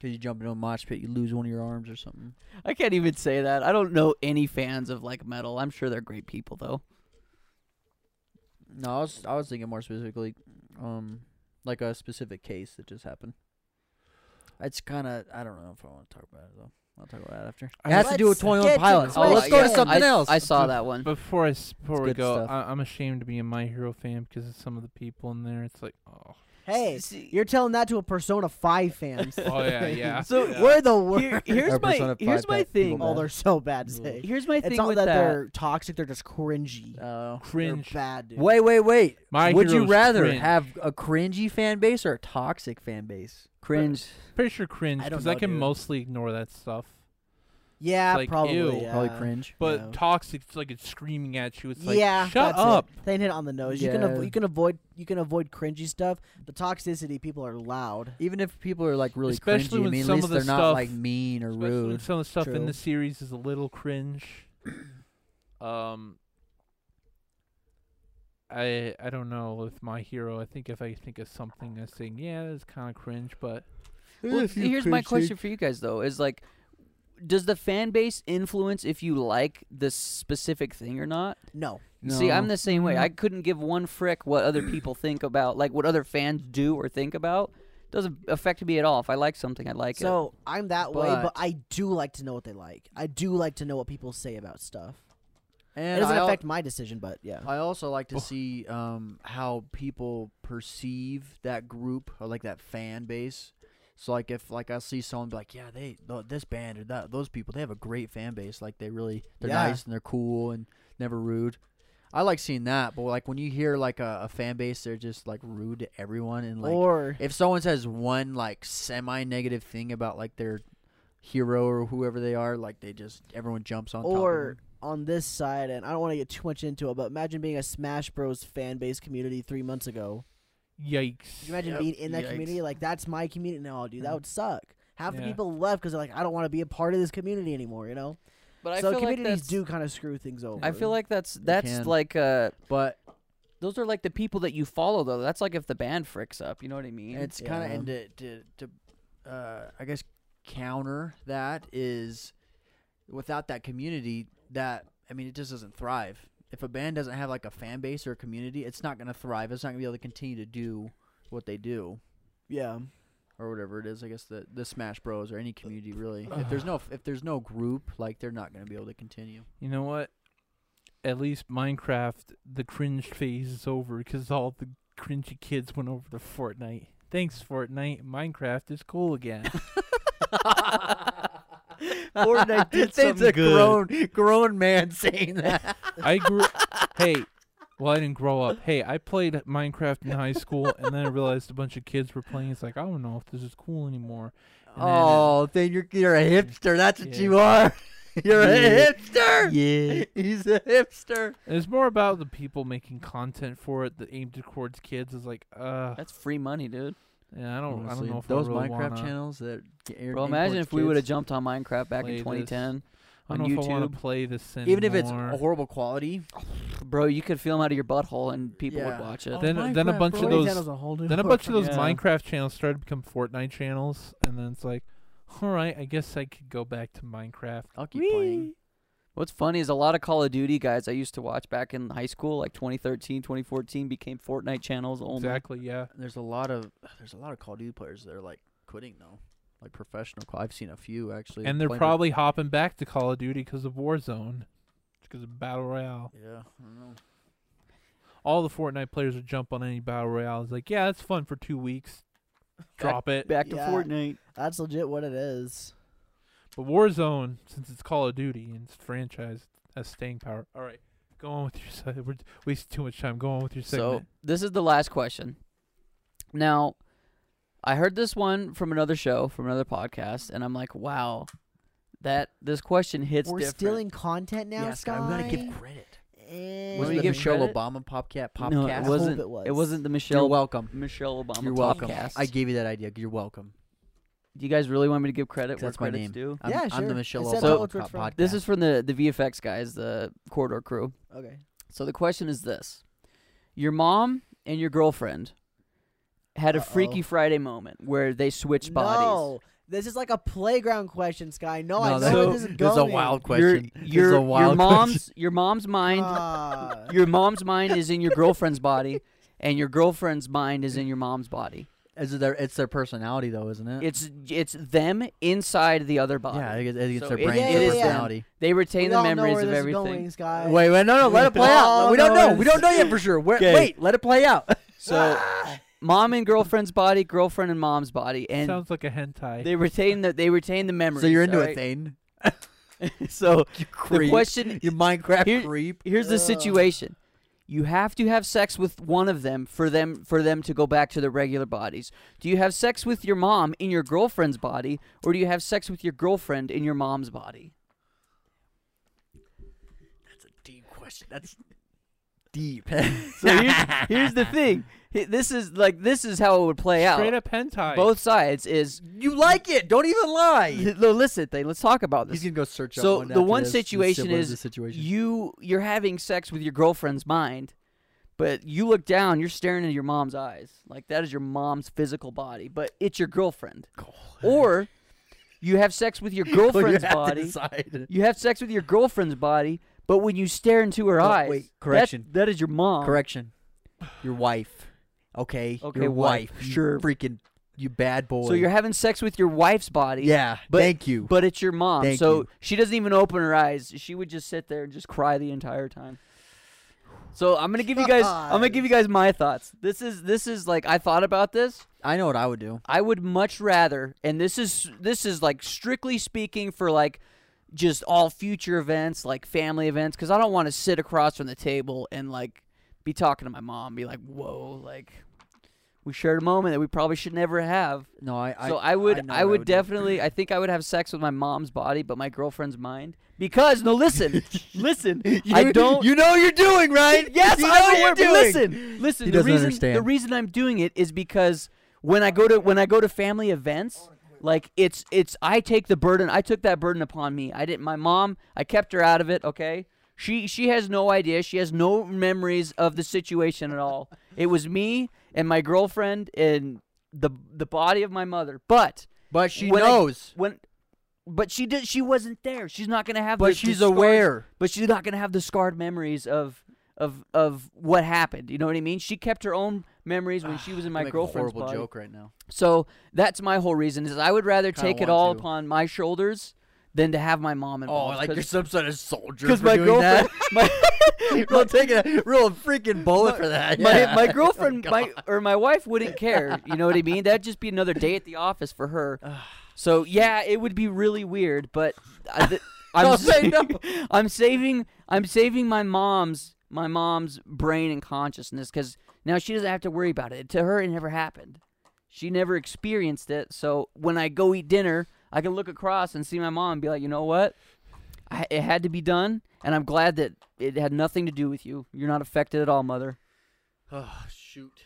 Cause you jump into a mosh pit, you lose one of your arms or something.
I can't even say that. I don't know any fans of like metal. I'm sure they're great people though.
No, I was I was thinking more specifically, um, like a specific case that just happened. It's kind of I don't know if I want to talk about it though. I'll talk about it after. It has to do
Let's
with Twenty
get
One
to
Pilots.
Oh,
let's go to
yeah.
something
I,
else.
I
[LAUGHS]
saw that one.
Before I s- before we
good
go,
stuff.
I, I'm ashamed to be in My Hero fan because of some of the people in there. It's like, oh,
Hey,
See-
you're telling that to a Persona 5 fans.
[LAUGHS] oh
[LAUGHS]
yeah, yeah.
So
yeah.
We're the worst.
here, here's
[LAUGHS]
Our
my
Persona
here's
5
my
pet people
thing.
oh, they're so
[LAUGHS]
bad to
Ugh.
say.
Here's my
It's
thing
not
with
that,
that.
they're toxic, they're just cringy.
Oh.
cringe.
They're bad, dude.
Wait, wait, wait.
My
Would you
Hero's
rather
cringe.
have a cringy fan base or a toxic fan base?
Cringe.
Pretty sure cringe
I don't
because I,
know,
can
dude.
mostly ignore that stuff.
Yeah,
It's like,
probably.
ew.
Yeah.
Probably cringe.
But
Yeah.
toxic, it's like it's screaming at you. It's like,
yeah,
shut
that's it.
up.
They hit it on the nose. You can
Yeah.
avo- you can avoid you can avoid cringy stuff. The toxicity people are loud.
Even if people are like really
Especially
cringy, I
when
mean, at
some
least
of the
they're not
stuff-
like mean or
Especially when
rude.
Some of the stuff in
True.
the series is a little
[CLEARS THROAT]
cringe. um, I I don't know with my hero. I think if I think of something as saying, yeah, it's kind of cringe, but [LAUGHS]
Well, here's my question for you guys though: is like, does the fan base influence if you like this specific thing or not?
No. Mm-hmm.
See, I'm
No.
the same way. I couldn't give one frick what other people think about, like what other fans do or think about. Doesn't affect me at all. If I like something, I like it.
So I'm that way, but
But-
I do like to know what they like. I do like to know what people say about stuff. It
And
doesn't
I al-
affect my decision, but yeah.
I also like to
Oh.
see um, how people perceive that group or like that fan base. So like if like I see someone be like, yeah, they th- this band or that those people they have a great fan base. Like they really they're
Yeah.
nice and they're cool and never rude. I like seeing that, but like when you hear like a, a fan base, they're just like rude to everyone and like
or
if someone says one like semi-negative thing about like their hero or whoever they are, like they just everyone jumps on top of
or
them.
on this side, and I don't want to get too much into it, but imagine being a Smash Bros. fan base community three months ago. Could
yikes.
you imagine
Yep.
being in that
Yikes.
community? Like that's my community. No, dude, that would suck. Half the
Yeah.
people left because they're like, I don't want to be a part of this community anymore. You know.
but I
so
feel like
communities
that's,
do kind of screw things over.
I feel like that's that's
can.
like uh,
But
those are like the people that you follow though. That's like if the band fricks up. You know what I mean?
It's kind of
Yeah.
and to to, to uh, I guess counter that is without that community that I mean it just doesn't thrive. If a band doesn't have like a fan base or a community, it's not going to thrive. It's not going to be able to continue to do what they do
yeah.
or whatever it is. I guess the the Smash Bros or any community really. If there's no if there's no group, like they're not going to be able to continue.
You know what? At least Minecraft, the cringe phase is over because all the cringy kids went over to Fortnite. Thanks, Fortnite. Minecraft is cool again.
Fortnite did
It's a
something good. grown grown man saying that.
I grew. hey, well, I didn't grow up. Hey, I played Minecraft in high school, and then I realized a bunch of kids were playing. It's like I don't know if this is cool anymore. And then-
Oh, then you're you're a hipster. That's what
Yeah.
you are. [LAUGHS] You're
Yeah.
a hipster.
Yeah.
[LAUGHS] He's a hipster.
and it's more about the people making content for it that aimed towards kids. Is like, uh,
that's free money, dude.
yeah, I don't, I
Honestly,
don't know if I
those
really
Minecraft
wanna,
channels that. get aired-
Bro, imagine
imports
if we would have
kids.
jumped on Minecraft back
play
in
this
2010
I
on
don't know if I want
YouTube.
to play this anymore.
Even if it's horrible quality,
Bro, you could film out of your butthole and people
Yeah.
would watch it.
Oh,
then, then a
Minecraft,
bunch
bro.
of those, then a bunch of those
Yeah.
Minecraft channels started to become Fortnite channels, and then it's like, all right, I guess I could go back to Minecraft.
I'll keep playing.
What's funny is a lot of Call of Duty guys I used to watch back in high school, like 2013, 2014, became Fortnite channels only.
Exactly, yeah.
There's a lot of there's a lot of Call of Duty players that are like quitting though, like professional. Call. I've seen a few actually,
and they're
playing for-
probably hopping back to Call of Duty because of Warzone, because of Battle Royale.
yeah. I don't know.
All the Fortnite players would jump on any Battle Royale. It's like, yeah, it's fun for two weeks. Drop it.
Back to
Yeah.
Fortnite.
That's legit what it is.
But Warzone, since it's Call of Duty and it's franchise, has staying power. All right, go on with your [LAUGHS] side. We're wasting too much time. Go on with your
So,
segment.
this is the last question. Now, I heard this one from another show, from another podcast, and I'm like, wow, that this question hits
We're
different.
stealing content now,
yeah,
Sky.
Scott, we gotta give credit.
Eh,
Wasn't
Wasn't
we
the
give
Michelle
credit?
Obama popcat
No,
popcast?
it
I
wasn't.
hope it was.
It wasn't the
You're
Michelle
welcome.
Michelle Obama
You're welcome.
podcast.
I gave you that idea. You're welcome.
Do you guys really want me to give credit where
That's my
credit's
name.
due?
I'm,
Yeah,
I'm the
sure.
Michelle
Except
Obama
Outward
Cop
Front.
podcast.
This is from the the VFX guys, the corridor crew.
Okay.
So the question is this: Your mom and your girlfriend had a
Uh-oh.
Freaky Friday moment where they switched bodies.
No, this is like a playground question, Sky. No, I know
No,
that-
where
So,
this is going.
this is a wild
Your
question. This is
your
a wild
your mom's
question. [LAUGHS]
your mom's mind
Ah.
your mom's mind is in your girlfriend's
[LAUGHS]
body, and your girlfriend's mind is in your mom's body.
It's their it's their personality though, isn't it?
It's it's them inside the other body.
yeah, I think it's, I think it's
So
their
it-
brain,
it
their
is them.
personality.
They retain
We
the
all know
memories
where
of
this is
everything.
going, Sky.
Wait, wait, no, no, let it play out.
all
We don't
know
know.
is-
We don't know yet for sure. We're,
'Kay.
wait, let it play out. [LAUGHS]
So, mom and girlfriend's body, girlfriend and mom's body, and
Sounds like a hentai.
they retain the they retain the memories.
so you're into
alright? [LAUGHS]
it, Thane.
So the
You creep.
question
you Minecraft
Here-
creep.
here's the
Ugh.
situation: you have to have sex with one of them for them for them to go back to their regular bodies. Do you have sex with your mom in your girlfriend's body, or do you have sex with your girlfriend in your mom's body?
That's a deep question. That's [LAUGHS] deep.
So here's, here's the thing: Hi- this is like this is how it would play out.
Straight up hentai.
Both sides is
you like it? Don't even lie.
[LAUGHS] no. Listen, thing. Let's talk about
He's
this.
gonna go search. up
So
one
the
after
one
this,
situation
similar to
is
this situation. [LAUGHS]
You you're having sex with your girlfriend's mind, but you look down. You're staring into your mom's eyes. Like that is your mom's physical body, but it's your girlfriend. Or you have sex with
[LAUGHS]
your
Well, you
girlfriend's
have to
body.
decide.
You have sex with your girlfriend's body, but when you stare into her
Oh,
eyes,
wait,
that-
correction.
that is your mom.
Correction. Your wife. Okay.
Okay,
your
wife,
wife.
sure.
You freaking you bad boy.
So you're having sex with your wife's body.
Yeah.
but-
thank you.
But it's your mom,
Thank
so
you.
she doesn't even open her eyes. She would just sit there and just cry the entire time. So I'm gonna give you guys, I'm gonna give you guys my thoughts. This is this is like I thought about this.
I know what I would do.
I would much rather, and this is this is like strictly speaking for like just all future events, like family events, because I don't want to sit across from the table and like be talking to my mom, be like, "Whoa, like we shared a moment that we probably should never have."
No, I. I
So I would,
know
I,
what
would
do.
definitely, I think I would have sex with my mom's body, but my girlfriend's mind. Because no,
[LAUGHS]
listen, listen, I
[LAUGHS] You-
don't.
[LAUGHS] You know what you're doing, right?
[LAUGHS] yes,
you know
I
what
would.
you're
but
doing.
Listen, listen.
He
the
doesn't
reason, the
understand.
reason I'm doing it is because when I go to when I go to family events, like it's it's I take the burden. I took that burden upon me. I didn't. My mom, I kept her out of it. Okay. She she has no idea. She has no memories of the situation at all. It was me and my girlfriend and the the body of my mother. But
But she
when I-
knows.
when but she did she wasn't there she's not gonna have the,
but
the
she's
scars-
aware.
but she's not gonna have the scarred memories of of of what happened you know what i mean she kept her own memories when she
[SIGHS]
was in my
Make
girlfriend's
a horrible
body.
joke right now.
so that's my whole reason is i would rather
Kinda
take it
want
all
to.
upon my shoulders than to have my mom
Oh,
involved
like [LAUGHS] you're some sort of soldier.
because
Because
my girlfriend
[LAUGHS]
my,
real take a
[LAUGHS]
real freaking bullet for that.
my,
yeah.
my
[LAUGHS] Oh,
girlfriend
God.
my or my wife wouldn't care you know what i mean that'd just be another day at the office for
[SIGHS]
her so yeah it would be really weird but I,
[LAUGHS]
th- I'm,
Don't say
sa- [LAUGHS] I'm saving i'm saving my mom's my mom's brain and consciousness because now she doesn't have to worry about it to her it never happened she never experienced it so when i go eat dinner i can look across and see my mom and be like you know what I, it had to be done and i'm glad that it had nothing to do with you you're not affected at all mother
Oh, shoot.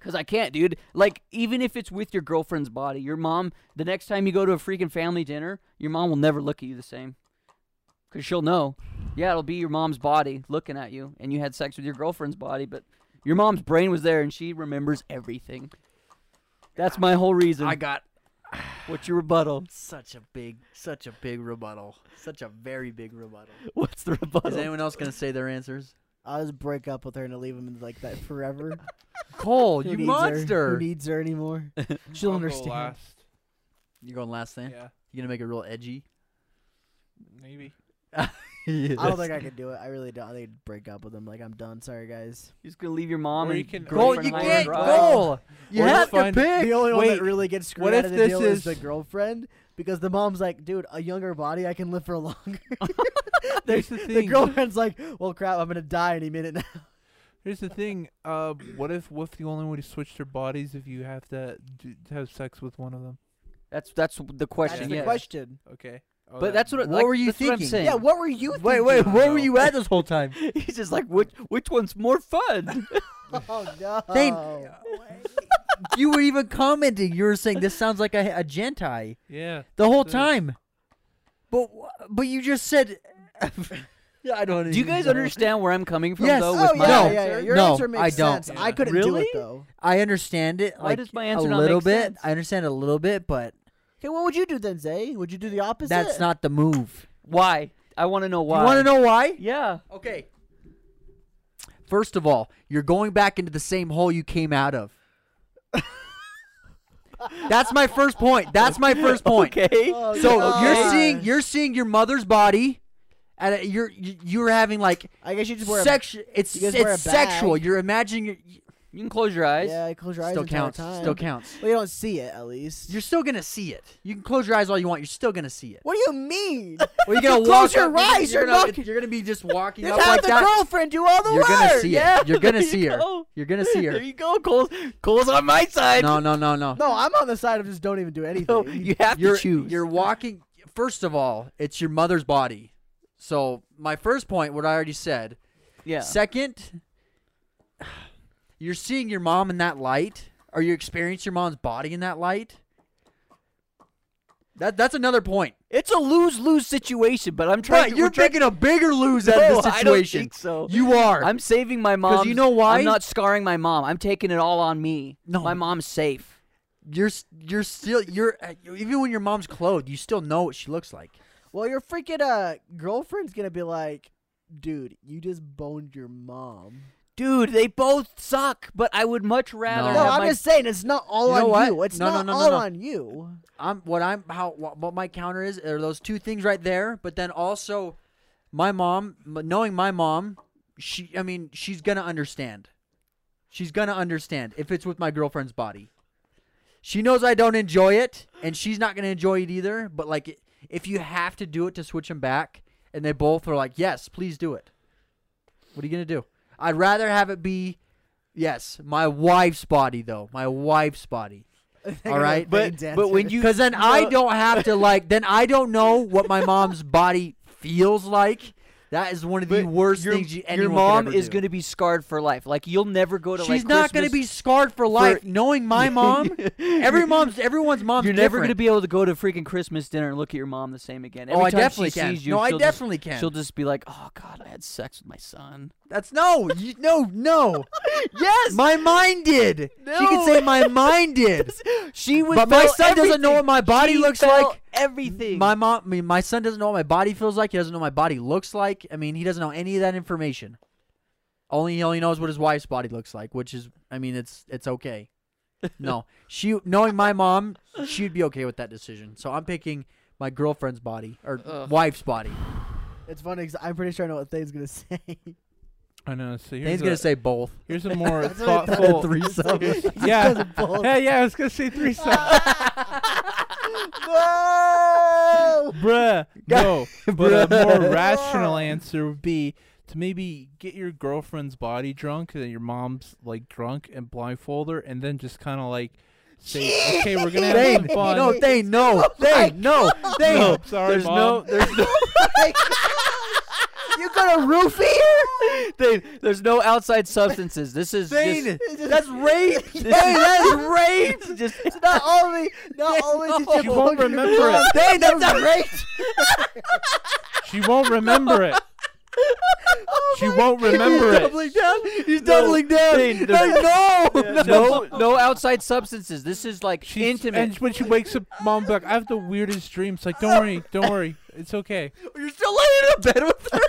Cause I can't, dude. Like, even if it's with your girlfriend's body, your mom. The next time you go to a freaking family dinner, your mom will never look at you the same. Cause she'll know. Yeah, it'll be your mom's body looking at you, and you had sex with your girlfriend's body, but your mom's brain was there, and she remembers everything. That's my whole reason.
I got
What's your rebuttal?
such a big, such a big rebuttal. Such a very big [LAUGHS] rebuttal.
What's the
Is
rebuttal?
anyone else gonna say their answers?
I was break up with her and leave him like that
[LAUGHS]
forever.
Cole,
Who
you
needs Her? Who
monster.
needs
[LAUGHS]
her anymore? She'll
I'll go
understand.
last.
You're going last thing.
Yeah,
You gonna make it real [LAUGHS] edgy?
maybe.
I don't think I could do it. I really don't. I think I'd break up with him. Like I'm done. Sorry, guys.
You're just gonna leave your mom
Or you
and
can-
girlfriend
Cole, you
high and
can't
dry?
Cole, you
Or
have
just
to
find-
The
pick.
only one
wait,
that really gets screwed
what
out
if
of the
this
deal
is-
the girlfriend because the mom's like, dude, a younger body, I can live for
[LAUGHS]
[LAUGHS] longer.
There's the
the
thing.
girlfriend's like, well, crap, I'm gonna die any minute now.
Here's the thing. Uh, what if what if the only way to switch their bodies if you have to d- have sex with one of them?
That's that's the question.
That's
yeah.
the question.
Okay. Oh,
But
that-
that's what.
What
like,
were you
that's What I'm
thinking?
saying. [LAUGHS]
Yeah, what were you?
Wait,
thinking?
wait, where were
No.
you at this whole time? [LAUGHS]
He's just like, which which one's more fun?
Oh no.
Thane- you were even commenting. You were saying this sounds like a, a Gentai
Yeah.
the whole
Yes.
time. But wh- but you just said. [LAUGHS] yeah, I don't.
Do you guys understand where I'm coming from
Yes.
though?
Oh,
With
Oh
my
yeah,
No,
yeah, yeah. Your
no,
answer makes
I don't.
sense. I couldn't do
Really?
it though.
I understand it.
Why
like,
does my answer
a
not
little
make
bit?
sense?
I understand it a little bit, but
Okay, what would you do then, Zay? Would you do the opposite?
that's not the move.
Why? I want to know why.
You want to know why?
Yeah.
Okay. First of all, you're going back into the same hole you came out of. [LAUGHS] That's my first point. That's my first
[LAUGHS]
point.
Okay.
Oh,
So
gosh.
you're seeing you're seeing your mother's body, and uh, you're you- you're having like
I guess you just wear. a-
sexual. It's
you guys wear
it's
a
sexual.
bag.
You're imagining. Your,
You can close your eyes.
yeah, close your eyes.
still
the entire
counts.
Time.
Still counts.
Well, you don't see it at least.
You're still gonna see it. You can close your eyes all you want. You're still gonna see it.
what do you mean?
Well, you're gonna
Close
walk
your
up- you're gonna-
eyes, you're
You're gonna,
not-
[LAUGHS] you're gonna be just walking
Just
up
have
like
the
that.
girlfriend do all the
you're
work.
gonna see
Yeah,
it. You're gonna
there
see
you
her.
go.
You're gonna see
[LAUGHS] There
her.
you go, Cole's, Cole's on my side.
No, no, no, no.
No, I'm on the side of just don't even do anything.
So you have
you're
to choose.
you're walking. First of all, it's your mother's body. So my first point, what I already said.
yeah.
Second, [SIGHS] you're seeing your mom in that light, or you experience your mom's body in that light. That that's another point.
It's a lose lose situation, but I'm trying.
But
to,
you're
we're trying-
making a bigger lose out of
No,
the
I don't
situation.
think so.
You are.
I'm saving my mom.
you know why?
I'm not scarring my mom. I'm taking it all on me.
No.
my mom's safe.
you're s- you're still you're uh, even when your mom's clothed, you still know what she looks like.
Well, your freaking uh girlfriend's gonna be like, dude, you just boned your mom.
Dude, they both suck. But I would much rather.
No.
No,
have
I'm
my-
just saying it's not all
You know
on
what?
you. It's
No, no,
not
no, no,
all
no.
on you. [LAUGHS]
I'm what I'm how what, what my counter is are those two things right there. But then also, my mom, m- knowing my mom, she I mean she's gonna understand. She's gonna understand if it's with my girlfriend's body. She knows I don't enjoy it, and she's not gonna enjoy it either. But like, if you have to do it to switch them back, and they both are like, "Yes, please do it," what are you gonna do? I'd rather have it be, yes, my wife's body though, my wife's body. All right,
But- but when
you because then I don't
[LAUGHS]
have to like then I don't know what my mom's body feels like. That is one of the
But
worst
your,
things you,
your
anyone
mom
could ever
is
do.
going to be scarred for life. Like you'll never go to.
She's
like,
not
going to
be scarred for life.
[LAUGHS]
knowing my mom, every mom's everyone's mom's
You're never going to
different.
be able to go to freaking Christmas dinner and look at your mom the same again. Every
Oh, I
time she
definitely can.
sees you,
no, I
she'll just-
definitely can.
She'll just be like, "Oh God, I had sex with my son."
That's no, you, no,
[LAUGHS]
no.
Yes,
My mind did. She can say my mind [LAUGHS] did.
she would.
But my
feel
son doesn't know
everything.
what my body
She
looks
felt
like.
Everything.
My mom, I mean, my son doesn't know what my body feels like. He doesn't know what my body looks like. I mean, he doesn't know any of that information. Only he only knows what his wife's body looks like, which is, I mean, it's it's okay. No, she knowing my mom, she'd be okay with that decision. So I'm picking my girlfriend's body or wife's body.
It's funny because I'm pretty sure I know what Thane's gonna [LAUGHS] say.
I know. So here's
Dane's
a,
gonna say both.
here's
[LAUGHS]
a more
That's what I thought.
thoughtful.
threesome.
[LAUGHS] yeah.
Doesn't both.
Yeah, yeah. I was gonna say
[LAUGHS]
threesome.
Whoa!
Bruh.
[LAUGHS]
No. But a more
Bruh.
rational answer would be to maybe get your girlfriend's body drunk and then your mom's like drunk and blindfold her and then just kind of like say, okay, we're gonna have
Dane,
some fun.
no,
[LAUGHS]
Dane, no, Dane, no, Dane.
[LAUGHS] No, sorry,
there's
Mom.
no, there's no.
you got a roofie here?
They- there's no outside substances. This is
Dane,
just,
that's
[LAUGHS]
rape. Dane,
This is-
that is rape.
just
Not only, not only did you
She won't
bone your
remember it.
Dane, that's rape.
She won't remember
[LAUGHS]
it.
Oh
she won't remember
He's
it.
doubling down. He's [LAUGHS] doubling down.
Dane,
Like, no, no.
no no outside substances. This is like
She's,
intimate.
And when she wakes up, mom be like, I have the weirdest dreams. Like, don't worry, don't worry, it's okay.
You're still laying in bed with
[LAUGHS]
her.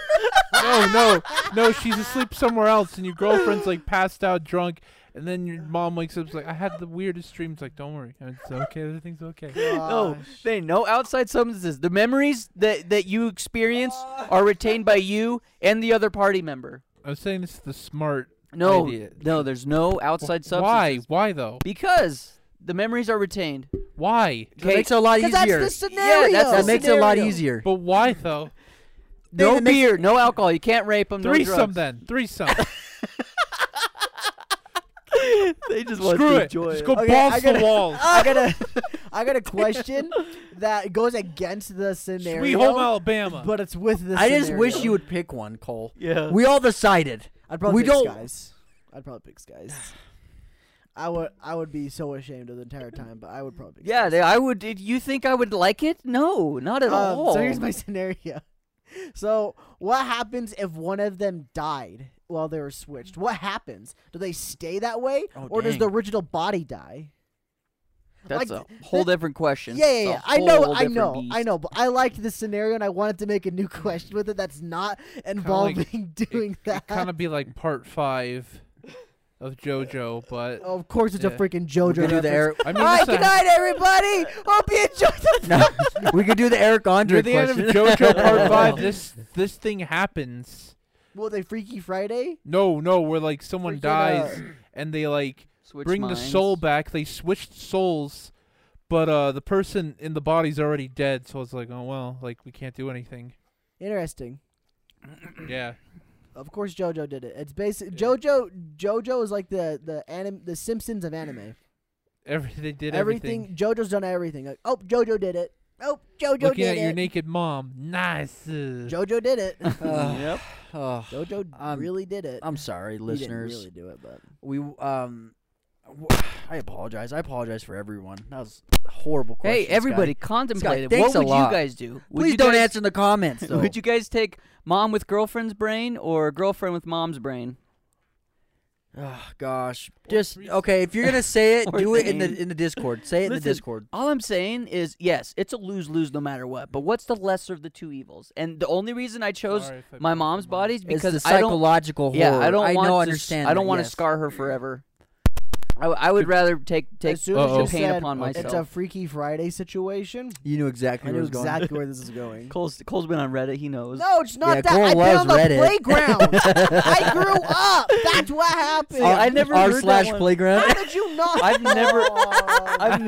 No, no, no. She's asleep somewhere else, and your girlfriend's like passed out drunk. And then your mom wakes up, is like, I had the weirdest dreams. Like, don't worry, it's okay. Everything's okay.
no, they no outside substances. The memories that that you experience are retained by you and the other party member.
I was saying this is the smart
No,
idea.
no, there's no outside substances.
Why? Why though?
Because the memories are retained.
Why?
That makes it a lot
Because that's
easier.
the scenario.
that's the
That makes it a lot
scenario.
easier.
But why
[LAUGHS]
though?
No
Dane, it makes-
beer, no alcohol. You can't rape them.
Threesome
no drugs.
then.
[LAUGHS]
Threesome.
[LAUGHS] They just
Screw it. Just go
Okay, I
balls to
gotta- [LAUGHS]
walls.
I got a, I got a question that goes against the scenario.
Sweet home Alabama.
but it's with the.
I just wish
scenario.
you would pick one, Cole.
Yeah.
We all decided.
I'd probably
we
pick
don't-
guys. I'd probably pick guys. I would I would be so ashamed of the entire time, but I would probably.
Yeah, they, I would. Did you think I would like it? No, not at
Um,
all.
So here's my scenario. [LAUGHS] So what happens if one of them died while they were switched? What happens? Do they stay that way,
Oh,
or does
dang.
the original body die?
That's
like,
a whole
that-
different question.
Yeah, yeah,
It's a
yeah. I know,
whole
I
different
know, I
beast.
know. But I liked this scenario, and I wanted to make a new [LAUGHS] question with it that's not involving [LAUGHS] doing that.
kind of be like part five of JoJo, [LAUGHS] but
of course, it's a
Yeah.
freaking
We're
JoJo.
gonna do the
reference.
Eric.
I mean,
All right,
this,
good
uh,
night, everybody. Hope you enjoyed the
we could do the Eric Andre
near the end of
question.
JoJo part [LAUGHS] five, this this thing happens.
Well, they Freaky Friday?
No, no, where like someone
Freaking,
dies
uh,
and they like
[CLEARS THROAT] Switch
bring
minds.
the soul back. They switched souls, but uh the person in the body's already dead. So it's like, oh well, like we can't do
[CLEARS THROAT]
anything.
Interesting.
Yeah,
Of course, JoJo did it. It's basic. JoJo, JoJo is like the the anim, the Simpsons of anime.
every they did
everything. JoJo's done everything. Like, oh, JoJo did it. Oh, JoJo
Looking at
did
your
it.
naked mom, nice.
JoJo did it.
Uh,
Yep.
oh,
JoJo
I'm-
really did it.
I'm sorry,
He didn't
listeners.
really do it, but
We um, w- I apologize. I apologize for everyone. That was a horrible question.
Hey, everybody,
Sky,
contemplate it.
thanks
What
a
would
lot.
you guys do? Would
Please
you
don't
guys-
answer in the [LAUGHS] comments.
[LAUGHS]
Though.
Would you guys take mom with girlfriend's brain or girlfriend with mom's brain?
Oh gosh, just okay. If you're gonna say [LAUGHS] it,
Or
do it in the
three.
in the Discord. Say it in the
Listen,
Discord.
All I'm saying is, yes, it's a lose lose no matter what. But what's the lesser of the two evils? And the only reason I chose
Sorry if I
my
broke your
mom's
mom. [LAUGHS]
body is
It's
because
the
I don't.
psychological
Yeah,
horror.
I don't want
know,
to.
understand.
I don't
that,
want
yes.
to scar her forever. I, w- I would rather take take
as soon
Uh-oh.
as you
pain
said
upon myself.
it's a Freaky Friday situation,
You knew exactly
I
where
knew
it was going.
exactly where this is
[LAUGHS]
going.
Cole's, Cole's been on Reddit. He
[LAUGHS]
knows.
No, it's not
Yeah,
that.
Cole
I've been
loves
on the
Reddit. [LAUGHS]
playground. I grew up. That's what happened.
I never
R
heard that
slash
one.
How
playground.
did you not?
I've never-
Oh,
I've never,
[LAUGHS]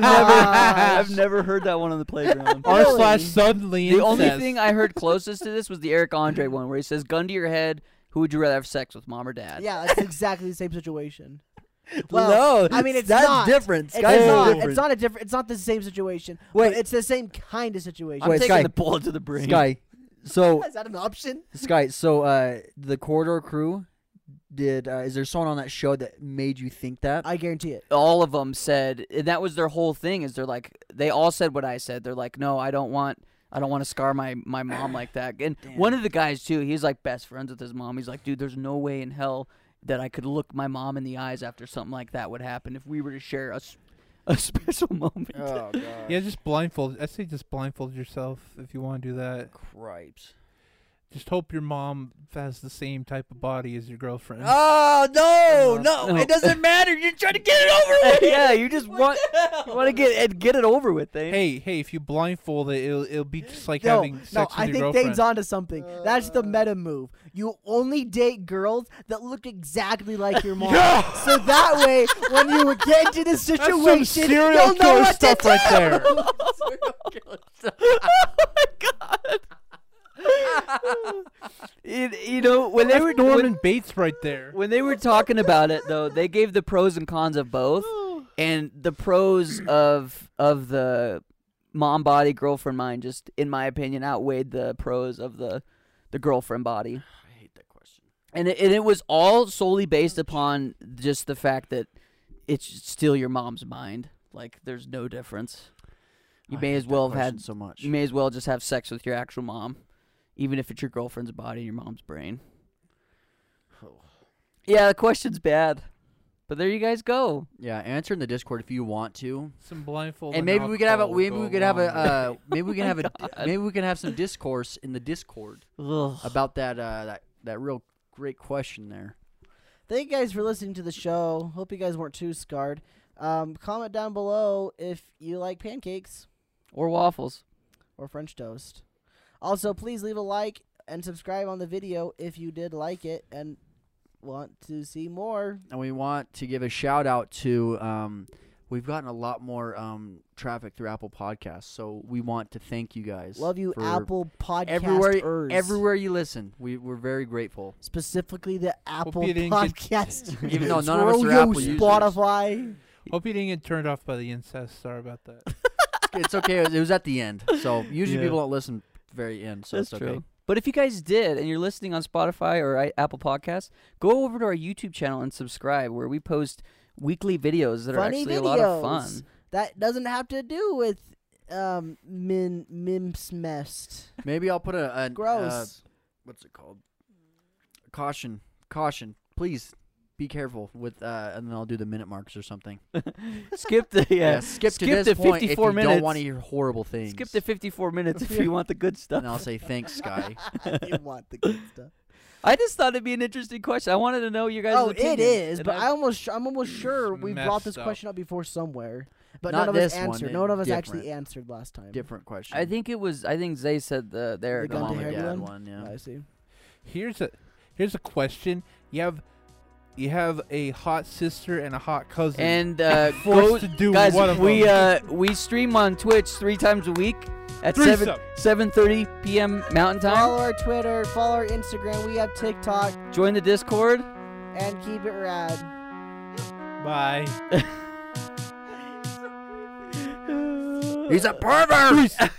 [LAUGHS]
gosh.
I've never heard that one on the playground.
R slash
Really?
suddenly
the only
incest.
thing I heard closest to this was the Eric Andre one, where he says, "Gun to your head, who would you rather have sex with, mom or dad?"
Yeah, that's exactly the same situation.
Well,
I mean, it's
that's
not.
different.
It's
Sky's
not.
different.
It's not a different. It's not the same situation.
Wait.
but it's the same kind of situation.
I'm
Wait,
taking
Sky.
the bullet to the brain.
[LAUGHS] Sky. So
is that an
[LAUGHS]
option?
Sky. So uh, the corridor crew did. Uh, is there someone on that show that made you think that?
I guarantee it.
all of them said and that was their whole thing is they're like they all said what i said they're like no i don't want i don't want to scar my my mom
[SIGHS]
like that and one of the guys too he's like best friends with his mom he's like dude there's no way in hell that i could look my mom in the eyes after something like that would happen if we were to share a, s- a [LAUGHS] special moment
oh God.
Yeah, just blindfold. I say just blindfold yourself if you want to do that.
Cripes.
Just hope your mom has the same type of body as your girlfriend.
Oh no, no,
no. [LAUGHS]
It doesn't matter. You're trying to get it over with.
yeah you just want you want to get and get it over with eh?
Hey, hey, if you blindfold it, it'll, it'll be just like
No,
having sex
no,
with
I
your
think
girlfriend.
Dane's onto something. That's the meta move. You only date girls that look exactly like your mom.
Yeah!
So that way, when you get into this
[LAUGHS] That's some
situation,
serial
you'll know
killer
what
stuff
to do.
right there.
[LAUGHS]
It- you know when they
That's
were
Norman
when-
Bates right there.
when they were talking about it though they gave the pros and cons of both and the pros of of the mom body girlfriend mind just in my opinion outweighed the pros of the the girlfriend body
I hate that question.
and it, and it was all solely based upon just the fact that it's still your mom's mind like there's no difference you
I
may
hate
as
that
well have
question
had
so much.
you may as well just have sex with your actual mom even if it's your girlfriend's body and your mom's brain [SIGHS] yeah the question's bad but there you guys go
Yeah, answer in the Discord if you want to,
Some blindfold.
and maybe we could have a
alcohol would
maybe
go
we could have
long
a uh,
way.
maybe we can have a
God.
maybe we can have some discourse in the Discord
Ugh.
about that uh, that that real great question there.
Thank you guys for listening to the show. Hope you guys weren't too scarred. Um, comment down below if you like pancakes
or waffles
or French toast. Also, please leave a like and subscribe on the video if you did like it and want to see more.
And we want to give a shout out to um, we've gotten a lot more um, traffic through Apple Podcasts, so we want to thank you guys.
Love you,
for
Apple Podcast.
everywhere everywhere you listen. We we're very grateful.
Specifically, the Apple
you didn't get-
Podcast.
Even though none of us
Scroll
are
yo,
Apple users.
Spotify.
Hope you didn't get turned off by the incest. Sorry about that.
it's okay. It was at the end, so usually
Yeah.
people don't listen very end. So
That's
it's okay.
true. But if you guys did and you're listening on Spotify or I- Apple Podcasts, go over to our YouTube channel and subscribe where we post weekly videos that are
Funny
actually a lot of fun.
videos. That doesn't have to do with um min mimsmest.
Maybe I'll put a, a
Gross.
uh, what's it called? Caution, caution! Please be careful with, uh, and then I'll do the minute marks or something.
[LAUGHS] Skip the yeah,
skip,
skip
to this
the
point if you
54
don't want
minutes.
to hear horrible things.
skip the 54 minutes if you want the good stuff.
and I'll say
[LAUGHS]
[LAUGHS]
thanks, Sky.
I want the good stuff.
I just thought it'd be an interesting question. I wanted to know your guys'
Oh,
opinion.
it is,
and
but
I-
I almost I'm almost sure we brought
messed
this
up.
question up before somewhere, but
Not
none of
this
us
one,
answered.
it-
None of us actually
different.
answered last time.
Different question.
I think it was. I think Zay said the there.
The
the
gun
mom
to
and
head
dad.
one?
yeah.
I see.
Here's a here's a question. You have you have a hot sister and a hot cousin.
And
[LAUGHS]
uh,
forced
go,
to do
[LAUGHS] guys,
one of
we
them.
uh, we stream on Twitch three times a week at
Threesome.
uh, seven seven thirty p.m. Mountain
Follow
Time.
our Twitter, follow our Instagram. We have TikTok,
uh,
Join the Discord.
and keep it rad.
Bye.
He's a pervert.